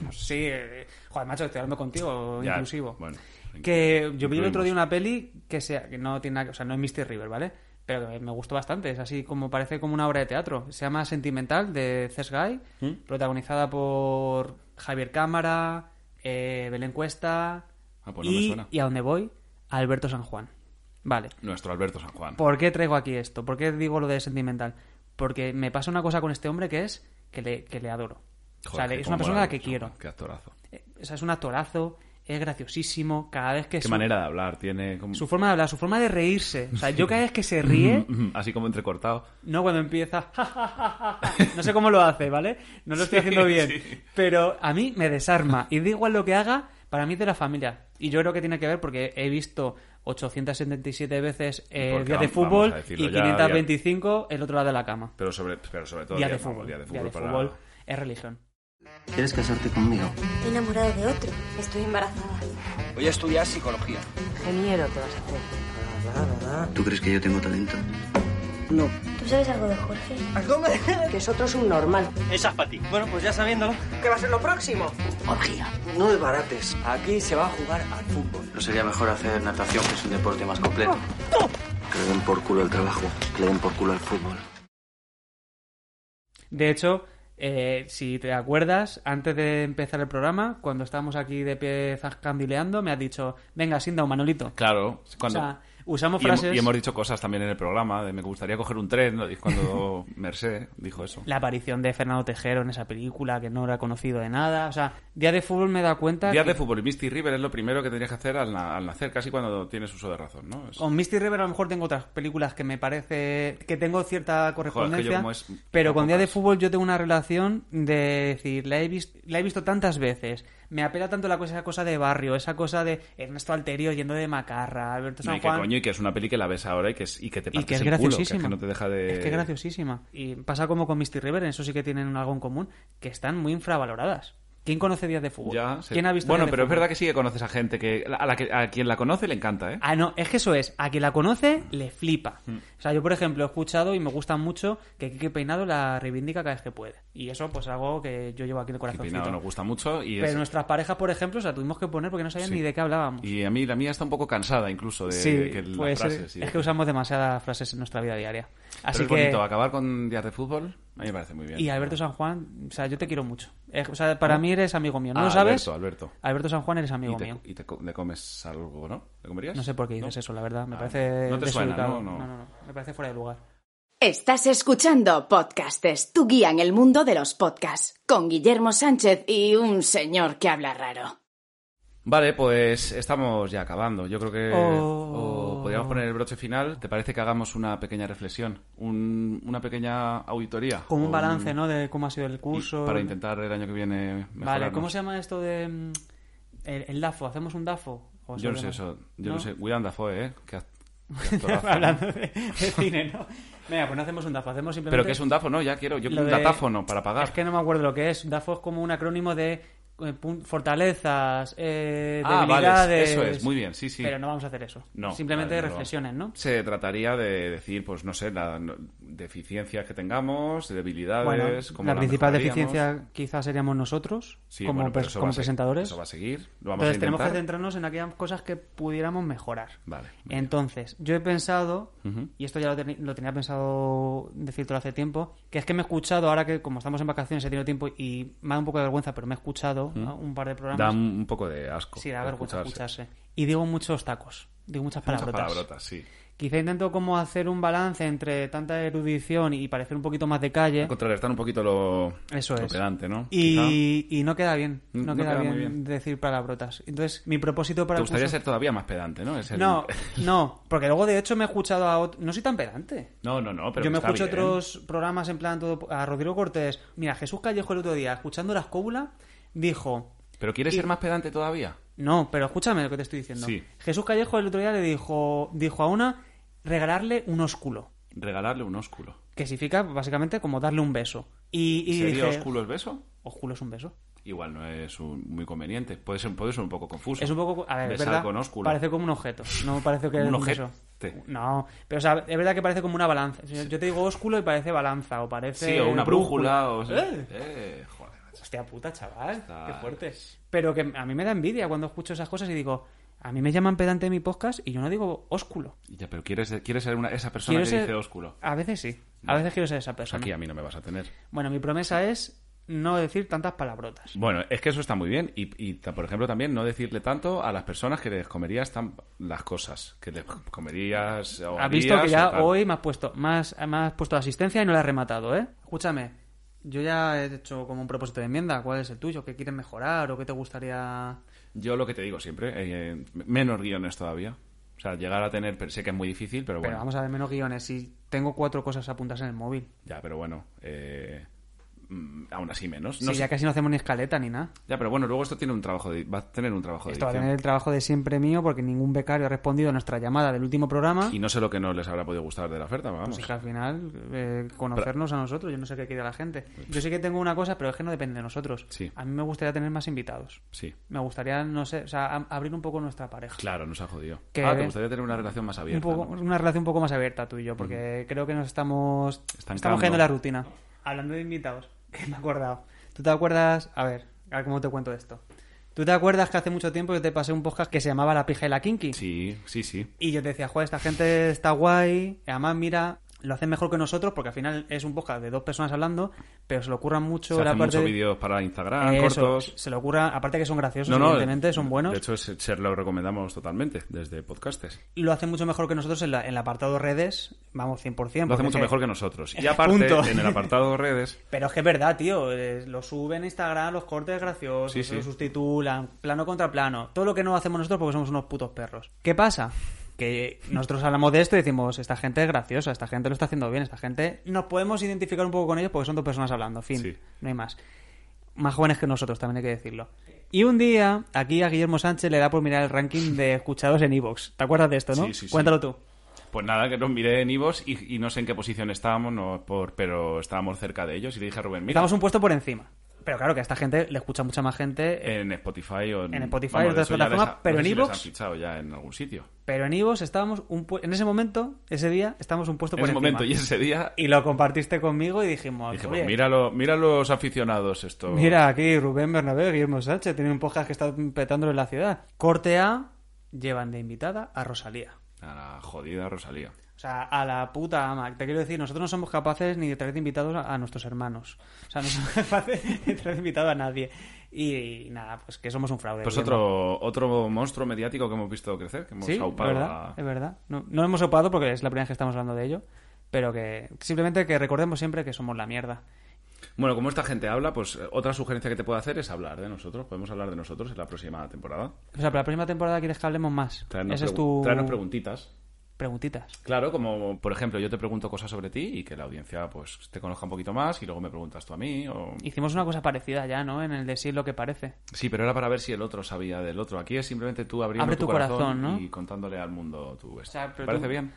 Sí, eh, joder, macho, estoy hablando contigo, Ya, inclusivo. bueno, que yo vi el otro incluimos. día una peli que, sea, que no tiene nada que- o sea, no es Misty River, ¿vale? Pero que me gustó bastante, es así como parece como una obra de teatro. Se llama Sentimental de Ces Guy, ¿Mm? protagonizada por Javier Cámara, eh, Belén Cuesta Ah, pues no me y, suena. y a dónde voy, Alberto San Juan. Vale. Nuestro Alberto San Juan. ¿Por qué traigo aquí esto? ¿Por qué digo lo de sentimental? Porque me pasa una cosa con este hombre que es que le, que le adoro. o sea, Joder, le- que es una cómo persona a era la que Alberto San quiero. Juan, Qué actorazo. Eh, o sea, es un actorazo, es graciosísimo, cada vez que... Qué su, manera de hablar tiene. Como... Su forma de hablar, su forma de reírse. O sea, yo cada vez que se ríe, Así como entrecortado. no cuando empieza... no sé cómo lo hace, ¿vale? No lo estoy haciendo bien. Pero a mí me desarma. Y da igual lo que haga, para mí es de la familia. Y yo creo que tiene que ver porque he visto 877 veces eh, Porque días de vam- vamos fútbol a decirlo y ya, 525 el otro lado de la cama. Pero sobre, pero sobre todo. Días día- de fútbol. día de Día de para- fútbol es religión. ¿Quieres casarte conmigo? Me he enamorado de otro. Estoy embarazada. Voy a estudiar psicología. Ingeniero te vas a hacer. ¿Tú crees que yo tengo talento? No, ¿Tú sabes algo de Jorge? Que es otro subnormal. Esa es para ti. Bueno, pues ya sabiéndolo. ¿Qué va a ser lo próximo? Orgía. No desbarates. Aquí se va a jugar al fútbol. ¿No sería mejor hacer natación, que es un deporte más completo? Ah, ¡No! Que le den por culo el trabajo, que le den por culo el fútbol. De hecho, eh, si te acuerdas, antes de empezar el programa, cuando estábamos aquí de pie candileando, me has dicho, venga, Sinda o Manolito. Claro, cuando... O sea, usamos y hem- frases... Y hemos dicho cosas también en el programa, de me gustaría coger un tren, ¿no? Y cuando Merced dijo eso. La aparición de Fernando Tejero en esa película, que no era conocido de nada. O sea, Día de Fútbol me he dado cuenta... Días que de fútbol y Misty River es lo primero que tendrías que hacer al, na- al nacer, casi cuando tienes uso de razón, ¿no? Es- Con Misty River a lo mejor tengo otras películas que me parece... que tengo cierta correspondencia. como es- pero tengo con Día de pocas. Fútbol yo tengo una relación de decir, la he, visto, la he visto tantas veces. Me apela tanto la cosa, esa cosa de barrio, esa cosa de Ernesto Alterio yendo de Macarra, Alberto No, San y que Juan... coño, y que es una peli que la ves ahora y que, es- y que te y partes que es el culo, que es graciosísima. que no te deja de... Es que es graciosísima. Y pasa como con Misty River, en eso sí que tienen algo en común, que están muy infravaloradas. ¿Quién conoce Días de Fútbol? Ya, sí. ¿Quién ha visto Bueno, Días de pero es Fútbol? verdad que sí que conoces a gente que a, la que a quien la conoce le encanta, ¿eh? Ah, no, es que eso es. A quien la conoce, le flipa. Mm. O sea, yo, por ejemplo, he escuchado y me gusta mucho que Kike Peinado la reivindica cada vez que puede. Y eso, pues, algo que yo llevo aquí en el Y corazón. Peinado nos gusta mucho y es- Pero nuestras parejas, por ejemplo, o sea, tuvimos que poner porque no sabían Sí. ni de qué hablábamos. y a mí la mía está un poco cansada incluso de, sí, de que las puede ser. frases y de- es que usamos demasiadas frases en nuestra vida diaria. Pero Así es que... bonito acabar con días de fútbol. A mí me parece muy bien. Y Alberto San Juan, o sea, yo te quiero mucho. Eh, O sea, para mí eres amigo mío. ¿No Ah, lo sabes? Alberto, Alberto. Alberto San Juan eres Y amigo mío. te, y te co- le comes algo, ¿no? ¿Le comerías? No sé por qué dices ¿No? eso, la verdad. Me Ah, parece no te suena, desubicado. ¿no? No. no, no. Me parece fuera de lugar. Estás escuchando Podcastes, tu guía en el mundo de los podcasts, con Guillermo Sánchez y un señor que habla raro. Vale, pues estamos ya acabando. Yo creo que Oh. o podríamos poner el broche final. ¿Te parece que hagamos una pequeña reflexión? Un- una pequeña auditoría. Como un O balance, ¿no? De cómo ha sido el curso. Y Para intentar el año que viene mejorarnos. Vale, ¿cómo se llama esto de. mm, El, el DAFO? ¿Hacemos un DAFO? ¿O Yo no sé sobre- eso. Yo no, sé. William Dafoe, ¿eh? Qué act- qué actorazo. Hablando de, de cine, ¿no? Venga, pues no hacemos un DAFO, hacemos simplemente. Pero que es un DAFO, ¿no? Ya quiero. Yo Lo quiero un de- datáfono para pagar. Es que no me acuerdo lo que es. DAFO es como un acrónimo de eh, pun- fortalezas, eh, Ah, vale, debilidades. eso es, muy bien, sí, sí. Pero no vamos a hacer eso. No, Simplemente vale, no lo reflexiones, vamos. ¿no? Se trataría de decir, pues no sé, las deficiencias que tengamos, debilidades, Bueno, cómo la las principal mejoraríamos. deficiencia quizás seríamos nosotros, Sí, como, bueno, pero pers- eso va como a se- presentadores. Eso va a seguir. Lo vamos Entonces a tenemos que intentar. centrarnos en aquellas cosas que pudiéramos mejorar. Vale. Entonces, yo he pensado, Ujú. y esto ya lo, teni- lo tenía pensado decírtelo hace tiempo, que es que me he escuchado, ahora que como estamos en vacaciones he tenido tiempo y me da un poco de vergüenza, pero me he escuchado ¿no? un par de programas. Da un, un poco de asco. sí, da vergüenza escucharse. escucharse. Y digo muchos tacos, digo muchas Muchas palabrotas. ¿Eh? palabrotas, sí. Quizá intento como hacer un balance entre tanta erudición y parecer un poquito más de calle. Contrarrestar un poquito lo, Eso lo es. pedante, ¿no? Quizá. Y, y no queda bien, no, No queda, queda bien, muy bien. decir palabrotas. Entonces, mi propósito para Te el gustaría curso- ser todavía más pedante, ¿no? Es el- No, no, porque luego de hecho me he escuchado a otro... No soy tan pedante. No, no, no, pero Yo me está escucho bien. otros programas en plan todo... A Rodrigo Cortés. Mira, Jesús Callejo el otro día, escuchando la escóbula, dijo... ¿Pero quieres Y- ser más pedante todavía? No, pero escúchame lo que te estoy diciendo. Sí. Jesús Callejo el otro día le dijo, dijo a una regalarle un ósculo. Regalarle un ósculo. Que significa básicamente como darle un beso. Y, y ¿Sería dije, ósculo el beso? ósculo es un beso. Igual no es un- muy conveniente. Puede ser, puede ser un poco confuso. Es un poco. A ver, es Besar verdad. con ósculo. Parece como un objeto. No parece que. Un es ojete. beso. No, pero o sea, es verdad que parece como una balanza. Yo- Yo te digo ósculo y parece balanza, o parece. Sí, o una brújula. O... ¡Eh! Eh, joder, macho. Hostia puta, chaval. Está- Qué fuerte. Pero que a mí me da envidia cuando escucho esas cosas y digo, a mí me llaman pedante en mi podcast y yo no digo ósculo. Ya, pero quieres, quieres ser una- esa persona Quiero que ser- dice ósculo. Pues A veces sí. A veces quiero ser esa persona. Aquí a mí no me vas a tener. Bueno, mi promesa es no decir tantas palabrotas. Bueno, es que eso está muy bien. Y, y ta- por ejemplo, también no decirle tanto a las personas que les comerías tan- las cosas. Que les comerías. O Has visto que harías o ya tal. hoy me has puesto más, me has puesto asistencia y no la has rematado, ¿eh? Escúchame, yo ya he hecho como un propósito de enmienda. ¿Cuál es el tuyo? ¿Qué quieres mejorar o qué te gustaría? Yo lo que te digo siempre, eh, eh, menos guiones todavía. O sea, llegar a tener. pero sé que es muy difícil, pero bueno. Pero vamos a ver menos guiones. Si tengo cuatro cosas apuntadas en el móvil. Ya, pero bueno. eh, mm, aún así menos. Sí, No sé. ya casi no hacemos ni escaleta ni nada. Ya, pero bueno, luego esto tiene un trabajo de- va a tener un trabajo de Esto va a edición. tener el trabajo de siempre mío porque ningún becario ha respondido a nuestra llamada del último programa. Y no sé lo que no les habrá podido gustar de la oferta, vamos. Pues es que al final, eh, conocernos a nosotros, yo no sé qué quiere la gente. Yo sé que tengo una cosa, pero es que no depende de nosotros. A mí me gustaría tener más invitados. Sí. Me gustaría, no sé, o sea, a- abrir un poco nuestra pareja. Claro, nos ha jodido. Que- Ah, te gustaría tener una relación más Un abierta. poco, Pues ¿no? Una relación un poco más abierta tú y yo, porque creo que nos estamos, Estancando. estamos cayendo en la rutina. Hablando de invitados, que me he acordado. ¿Tú te acuerdas? A ver, a ver cómo te cuento esto. ¿Tú te acuerdas que hace mucho tiempo yo te pasé un podcast que se llamaba La pija y la kinky? Sí, sí, sí. Y yo te decía, joder, esta gente está guay. y Además, mira, lo hacen mejor que nosotros porque al final es un podcast de dos personas hablando, pero se le ocurran mucho Se la hacen parte. muchos vídeos para Instagram, Eso, cortos. Se le ocurra, aparte que son graciosos, No, no, evidentemente, son buenos. De hecho, es- se lo recomendamos totalmente desde podcastes. Y lo hacen mucho mejor que nosotros en, la- en el apartado redes, vamos, 100%. Lo hace porque mucho es mejor que nosotros. Y aparte, Punto. en el apartado redes, Pero es que es verdad, tío. eh, Lo suben a Instagram, los cortes graciosos, Sí, sí. los sustitulan, plano contra plano. Todo lo que no hacemos nosotros porque somos unos putos perros. ¿Qué pasa? Que nosotros hablamos de esto y decimos, esta gente es graciosa, esta gente lo está haciendo bien, esta gente... Nos podemos identificar un poco con ellos porque son dos personas hablando, fin. Sí. No hay más. Más jóvenes que nosotros, también hay que decirlo. Y un día, aquí a Guillermo Sánchez le da por mirar el ranking de escuchados en Evox. ¿Te acuerdas de esto, no? Sí, sí, sí. Cuéntalo tú. pues nada, que los miré en Ivos y, y no sé en qué posición estábamos, no, por, pero estábamos cerca de ellos. Y le dije a Rubén, mira, Estamos un puesto por encima. Pero claro que a esta gente le escucha mucha más gente eh, en Spotify o en, En Spotify, vamos, en otras eso ya les plataformas, ha- pero no sé en si les iVoox. han fichado ya en algún sitio. Pero en Ivos estábamos un pu- en ese momento, ese día, estábamos un puesto En por ese encima. momento y ese día Y lo compartiste conmigo y dijimos, dije, "Oye, pues míralo, mira pues los aficionados esto. mira aquí Rubén Bernabé, Guillermo Sánchez, tiene un podcast que está petándolo en la ciudad. Corte A, llevan de invitada a Rosalía. A la jodida Rosalía. O sea, a la puta ama. Te quiero decir, nosotros no somos capaces ni de traer de invitados a, a nuestros hermanos. O sea, no somos capaces de traer de invitado a nadie. Y, y nada, pues que somos un fraude. Pues Guillermo. otro, otro monstruo mediático que hemos visto crecer, que hemos Sí, es aupado verdad, a- es verdad. No, no hemos opado porque es la primera vez que estamos hablando de ello, pero que simplemente que recordemos siempre que somos la mierda. Bueno, como esta gente habla, pues eh, otra sugerencia que te puedo hacer es hablar de nosotros. Podemos hablar de nosotros en la próxima temporada. O sea, para la próxima temporada quieres que hablemos más. Traernos, Esa es pregu- tu traernos preguntitas. preguntitas. Claro, como por ejemplo yo te pregunto cosas sobre ti y que la audiencia pues te conozca un poquito más y luego me preguntas tú a mí. O... Hicimos una cosa parecida ya, ¿no? En el de sí es lo que parece. Sí, pero era para ver si el otro sabía del otro. Aquí es simplemente tú abriendo Abre tu corazón, ¿no? y contándole al mundo tu esto. sea, pero ¿Te parece tú- bien?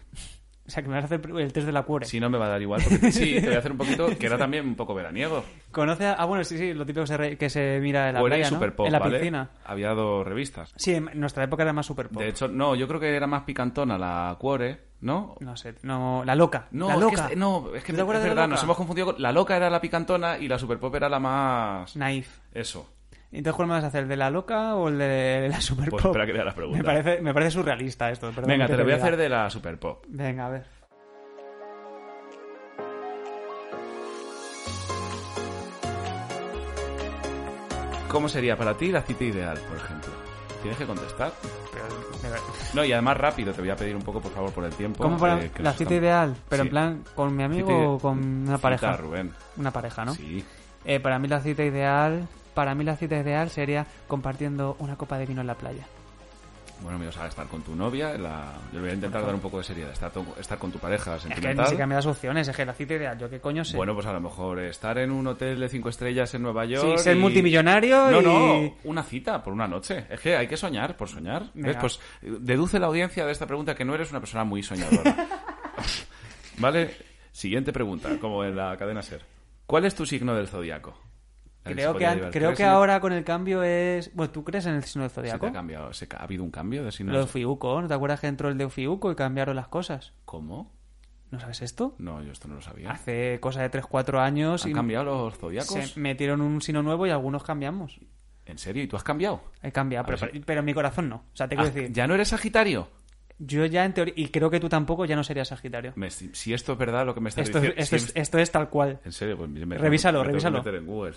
O sea, que me vas a hacer el test de la cuore. Si no me va a dar igual. Porque... Sí, te voy a hacer un poquito que era también un poco veraniego. Conoce a... Ah, bueno, sí, sí, lo típico que se, re- que se mira en la Fuera y playa, ¿no? Superpop, En la ¿vale? piscina. Había dos revistas. Sí, en nuestra época era más super pop. De hecho, no, yo creo que era más picantona la Cuore, ¿no? No sé, no... La loca. No, la es loca. que, este- no, es que me- ¿Tú te es acuerdas de la verdad, loca? nos hemos confundido con... La loca era la picantona y la superpop era la más... Naif. Eso. Entonces, ¿cuál me vas a hacer? ¿El de la loca o el de la super Pues pop? espera que vea las preguntas. Me parece, me parece surrealista esto. perdón, Venga, que te lo voy a diga. hacer de la superpop. Venga, a ver. ¿Cómo sería para ti la cita ideal, por ejemplo? Tienes que contestar. Pero, de ver- No, y además rápido, te voy a pedir un poco, por favor, por el tiempo. ¿Cómo para eh, que la nos cita estamos- ideal? Pero Sí. en plan, ¿con mi amigo Cita ide- o con una Cita, pareja? Rubén. Una pareja, ¿no? Sí. Eh, para mí la cita ideal... Para mí la cita ideal sería compartiendo una copa de vino en la playa. Bueno, me vas a estar con tu novia. La... Yo voy a intentar dar un poco de seriedad. Estar, to- estar con tu pareja Es que ni sentimental. siquiera me das opciones, es que la cita ideal, yo qué coño sé. Bueno, pues a lo mejor estar en un hotel de cinco estrellas en Nueva York. Sí, ser y- multimillonario No, y- no, una cita por una noche. Es que hay que soñar por soñar. ¿Ves? Venga. Pues eh, deduce la audiencia de esta pregunta que no eres una persona muy soñadora. ¿Vale? Siguiente pregunta, como en la cadena Ser. ¿Cuál es tu signo del zodiaco? A ver si creo que, podría an- llevar creo tres, que ¿eh? ahora con el cambio es... Bueno, ¿tú crees en el signo del Se te zodiaco? ha cambiado, se ca- ha habido un cambio de signo. Lo de Fiuco, ¿no te acuerdas que entró el de Fiuco y cambiaron las cosas? ¿Cómo? ¿No sabes esto? No, yo esto no lo sabía. Hace cosa de 3-4 años ¿Han y cambiado los zodiacos? se metieron un signo nuevo y algunos cambiamos. ¿En serio? ¿Y tú has cambiado? He cambiado, A pero, ver si- pero, en mi corazón no. O sea, te quiero ¿Has- decir, Ah, ¿Ya no eres Sagitario? yo ya en teoría, y creo que tú tampoco, ya no serías Sagitario. Me- si si esto es verdad lo que me estás Esto, es- diciendo... esto si- es, esto es tal cual. En serio, pues me- me- Revísalo, me tengo que revísalo. meter en Google.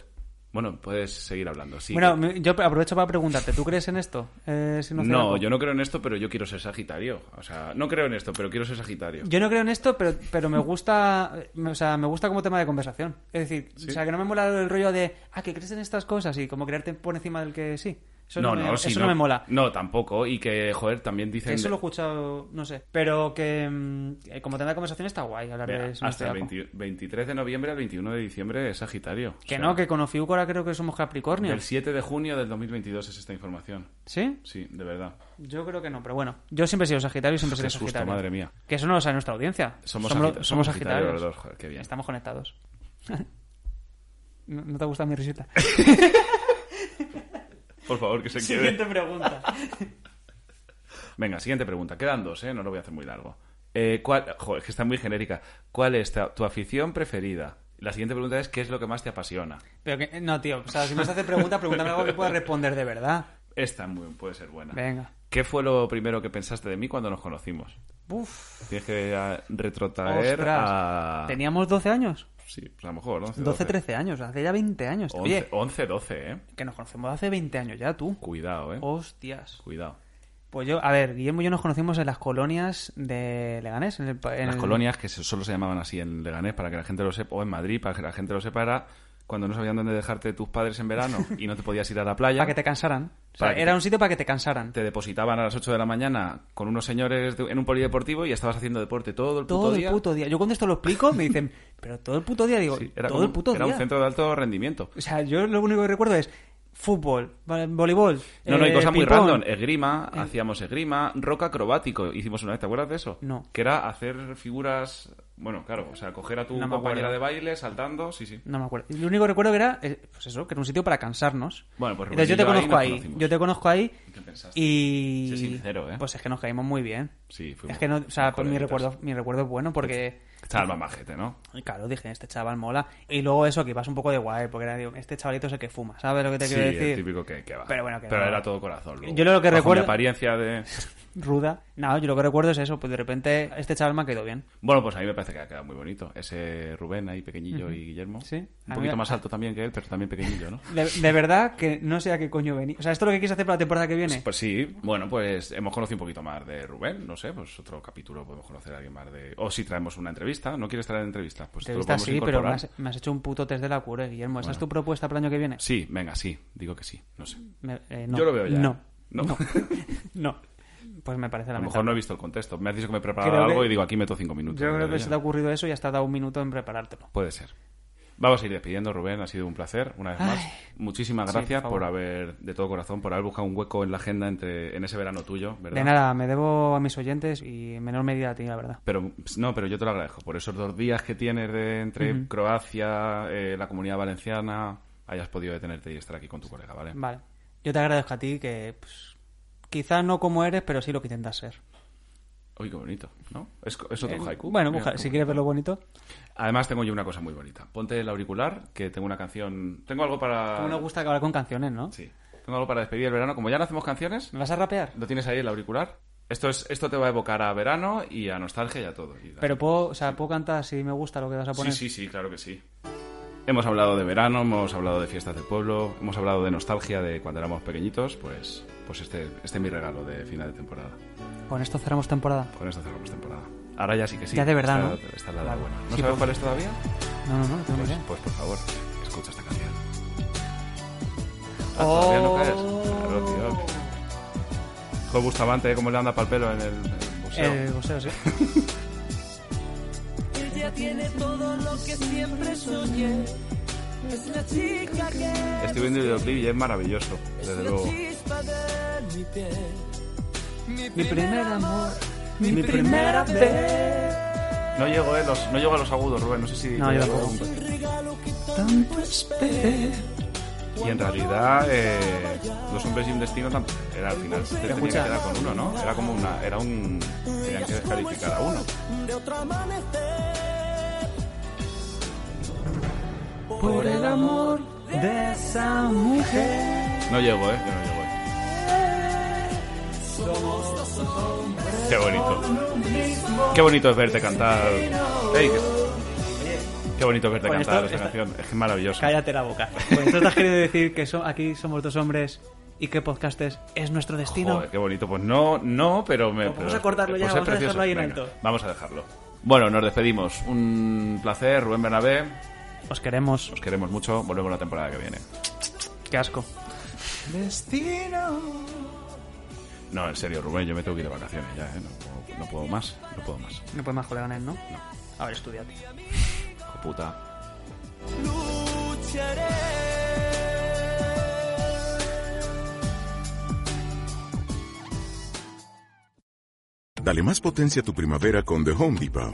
Bueno, puedes seguir hablando. Sí. Bueno, me- yo aprovecho para preguntarte, ¿tú crees en esto? Eh, signo no, zodiaco? yo no creo en esto, pero yo quiero ser Sagitario. O sea, no creo en esto, pero quiero ser Sagitario. Yo no creo en esto, pero, pero me gusta me- o sea, me gusta como tema de conversación. Es decir, o sea, que no me mola el rollo de, ah, que crees en estas cosas y como creerte por encima del que sí. Eso no, me, sí, eso no me mola. No, tampoco. Y que, joder, también dicen. Eso de- lo he escuchado, no sé. Pero que mm, como tema de conversación está guay hablar Mira, de eso. hasta el 20 23 de noviembre al 21 de diciembre es Sagitario. Que O sea, no, que con Ofiúcora creo que somos Capricornio. Del 7 de junio del 2022 es esta información. ¿Sí? Sí, de verdad. Yo creo que no, pero bueno. Yo siempre he sido Sagitario y siempre Qué seré susto, Sagitario. madre mía. Que eso no lo sabe nuestra audiencia. Somos, Somos- Sagita- somos somos Sagitario Sagitarios. los dos, joder, qué bien. Estamos conectados. ¿No, no te gusta mi risita? Por favor, que se Siguiente quede. pregunta. Venga, siguiente pregunta. Quedan dos, ¿eh? No lo voy a hacer muy largo. Eh, ¿cuál... Joder, es que está muy genérica. ¿Cuál es ta- tu afición preferida? La siguiente pregunta es: ¿qué es lo que más te apasiona? Pero que, no, tío. O sea, si me vas a hacer preguntas, pregúntame algo que pueda responder de verdad. Esta muy- puede ser buena. Venga. ¿Qué fue lo primero que pensaste de mí cuando nos conocimos? Uf. Tienes que ah, retrotraer Ostras. a... ¿Teníamos 12 años? Sí, pues a lo mejor 11, 12, 13 años. Hace ya 20 años. tío. Oye, 11, 12, ¿eh? que nos conocemos hace 20 años ya, tú. Cuidado, Oh. ¿eh? Hostias. Cuidado. Pues yo, a ver, Guillermo y yo nos conocimos en las colonias de Leganés. En el, pa- en Las el- colonias, que se- solo se llamaban así en Leganés, para que la gente lo sepa, o en Madrid, para que la gente lo sepa, era cuando no sabían dónde dejarte tus padres en verano y no te podías ir a la playa. Para que te cansaran. O sea, Para que era te- un sitio para que te cansaran. Te depositaban a las 8 de la mañana con unos señores de- en un polideportivo y estabas haciendo deporte todo el puto Todo día. el puto día. Yo cuando esto lo explico me dicen, pero todo el puto día digo, Sí, era todo como- el puto era día. un centro de alto rendimiento. O sea, yo lo único que recuerdo es fútbol, va- voleibol. No, no, y eh, cosas muy ping-pong. Eh. random. Esgrima, hacíamos esgrima, rock acrobático. Hicimos una vez, ¿te acuerdas de eso? No. Que era hacer figuras. Bueno, claro, o sea, coger a tu No me compañera acuerdo. de baile saltando, sí, sí. No me acuerdo. Lo único que recuerdo que era, eh, pues eso, que era un sitio para cansarnos. Bueno, pues Rubén Entonces, yo y te yo ahí conozco nos ahí. conocimos. Yo te conozco ahí. ¿Qué pensaste? Y. Sé sincero, ¿eh? Pues es que nos caímos muy bien. Sí, fuimos Es que no, o sea, unos pues mi coleguitas. recuerdo, mi recuerdo es bueno porque. Estaba el mamajete, ¿no? Y Claro, dije, este chaval mola. Y luego eso, que vas un poco de guay, porque era, digo, este chavalito es el que fuma, ¿sabes lo que te sí, quiero el decir? típico que, que va. Pero bueno, que Pero no. era todo corazón. luego. Yo lo Bajo que mi recuerdo- apariencia de. Ruda. No, yo lo que recuerdo es eso, pues de repente este chaval me ha quedado bien. Bueno, pues a mí me parece que ha quedado muy bonito. Ese Rubén ahí, pequeñillo, y Guillermo. Sí. A mí Un poquito me- más alto también que él, pero también pequeñillo, ¿no? De, de verdad que no sé a qué coño venía. O sea, esto es lo que quieres hacer para la temporada que viene. Pues sí, bueno, pues hemos conocido un poquito más de Rubén, no sé, pues otro capítulo podemos conocer a alguien más de... O si traemos una entrevista, ¿no quieres traer entrevistas? Pues esto lo Entrevista podemos sí, pero me incorporar. has, me has hecho un puto test de la cura, Guillermo. ¿Esa es Bueno. tu propuesta para el año que viene? Sí, venga, sí, digo que sí, no sé. Me- eh, no. Yo lo veo ya. No. No. No. No. Pues me parece A la lo mejor no he visto el contexto. Me has dicho que me he preparado Creo algo que- y digo, aquí meto cinco minutos. Yo creo Digo, que se te ha ocurrido eso y has tardado un minuto en preparártelo. Puede ser. Vamos a ir despidiendo, Rubén. Ha sido un placer, una vez más. Ay. Muchísimas Sí, gracias por por, favor. haber, de todo corazón, por haber buscado un hueco en la agenda entre, en ese verano tuyo, ¿verdad? De nada, me debo a mis oyentes y en menor medida a ti, la verdad. Pero pues, no, pero yo te lo agradezco por esos dos días que tienes de, entre Ujú. Croacia, eh, la Comunidad Valenciana, hayas podido detenerte y estar aquí con tu colega, ¿vale? Vale. Yo te agradezco a ti que pues, quizás no como eres, pero sí lo que intentas ser. Uy, qué bonito, ¿no? Es, co- es otro Eh, haiku. Bueno, Mira, mujer, qué si bonito. quieres verlo bonito. Además tengo yo una cosa muy bonita. Ponte el auricular, que tengo una canción, tengo algo para Como nos gusta acabar con canciones, ¿no? Sí. Tengo algo para despedir el verano, como ya no hacemos canciones, ¿Me vas a rapear? lo tienes ahí el auricular. Esto es esto te va a evocar a verano y a nostalgia y a todo. Y- Pero puedo, o sea, puedo cantar si me gusta lo que vas a Sí, poner. sí, sí, claro que sí. Hemos hablado de verano, hemos hablado de fiestas del pueblo, hemos hablado de nostalgia de cuando éramos pequeñitos, pues, pues este, este es mi regalo de final de temporada. Con esto cerramos temporada. Con esto cerramos temporada. Ahora ya sí que sí. Ya de verdad, Esta, ¿no? esta es la de la Vale. buena. ¿No Sí, sabes por cuál es todavía? No, no, no, no tengo ni Pues, idea. pues, por favor, escucha esta canción. Ah, ¿Todavía no caes? Oh. Claro, tío. Joder, Bustamante, ¿eh? cómo le anda pa'l pelo en el, en el museo. El boxeo, Eh, sí. Ella tiene todo lo que siempre soñé. Es la chica que Estoy viendo el videoclip y es maravilloso, desde luego. chispa de mi piel. Mi primer amor, mi, primera vez. No llego, eh, los- no llego a los agudos, Rubén, no sé si... No, yo tampoco. Tanto esperé. Y en realidad, eh, Dos hombres y un destino tam- era al final. Se tenía que escucha. quedar con uno, ¿no? Era como una. Era un. Tenían que descalificar a uno. De otro amanecer. Por el amor de esa mujer. No llegó, ¿eh? Yo no llego, ¿eh? ¿eh? Qué bonito. Qué bonito es verte cantar. Ey, qué, qué bonito es verte Con cantar esto- esta canción. Es que es maravilloso. Cállate la boca. Pues entonces has querido decir que so- aquí somos dos hombres y que podcastes es nuestro destino. Joder, qué bonito. Pues no, no, pero me. Pues vamos pero- a cortarlo ya, es vamos a precioso. dejarlo ahí en Venga, alto. Vamos a dejarlo. Bueno, nos despedimos. Un placer, Rubén Bernabé. Os queremos. Os queremos mucho. Volvemos la temporada que viene. Qué asco. Destino. No, en serio, Rubén, yo me tengo que ir de vacaciones ya, ¿eh? No puedo, no puedo más, no puedo más. No puedes más coleganes, ¿no? No. A ver, estudiate. Hijo puta. Dale más potencia a tu primavera con The Home Depot.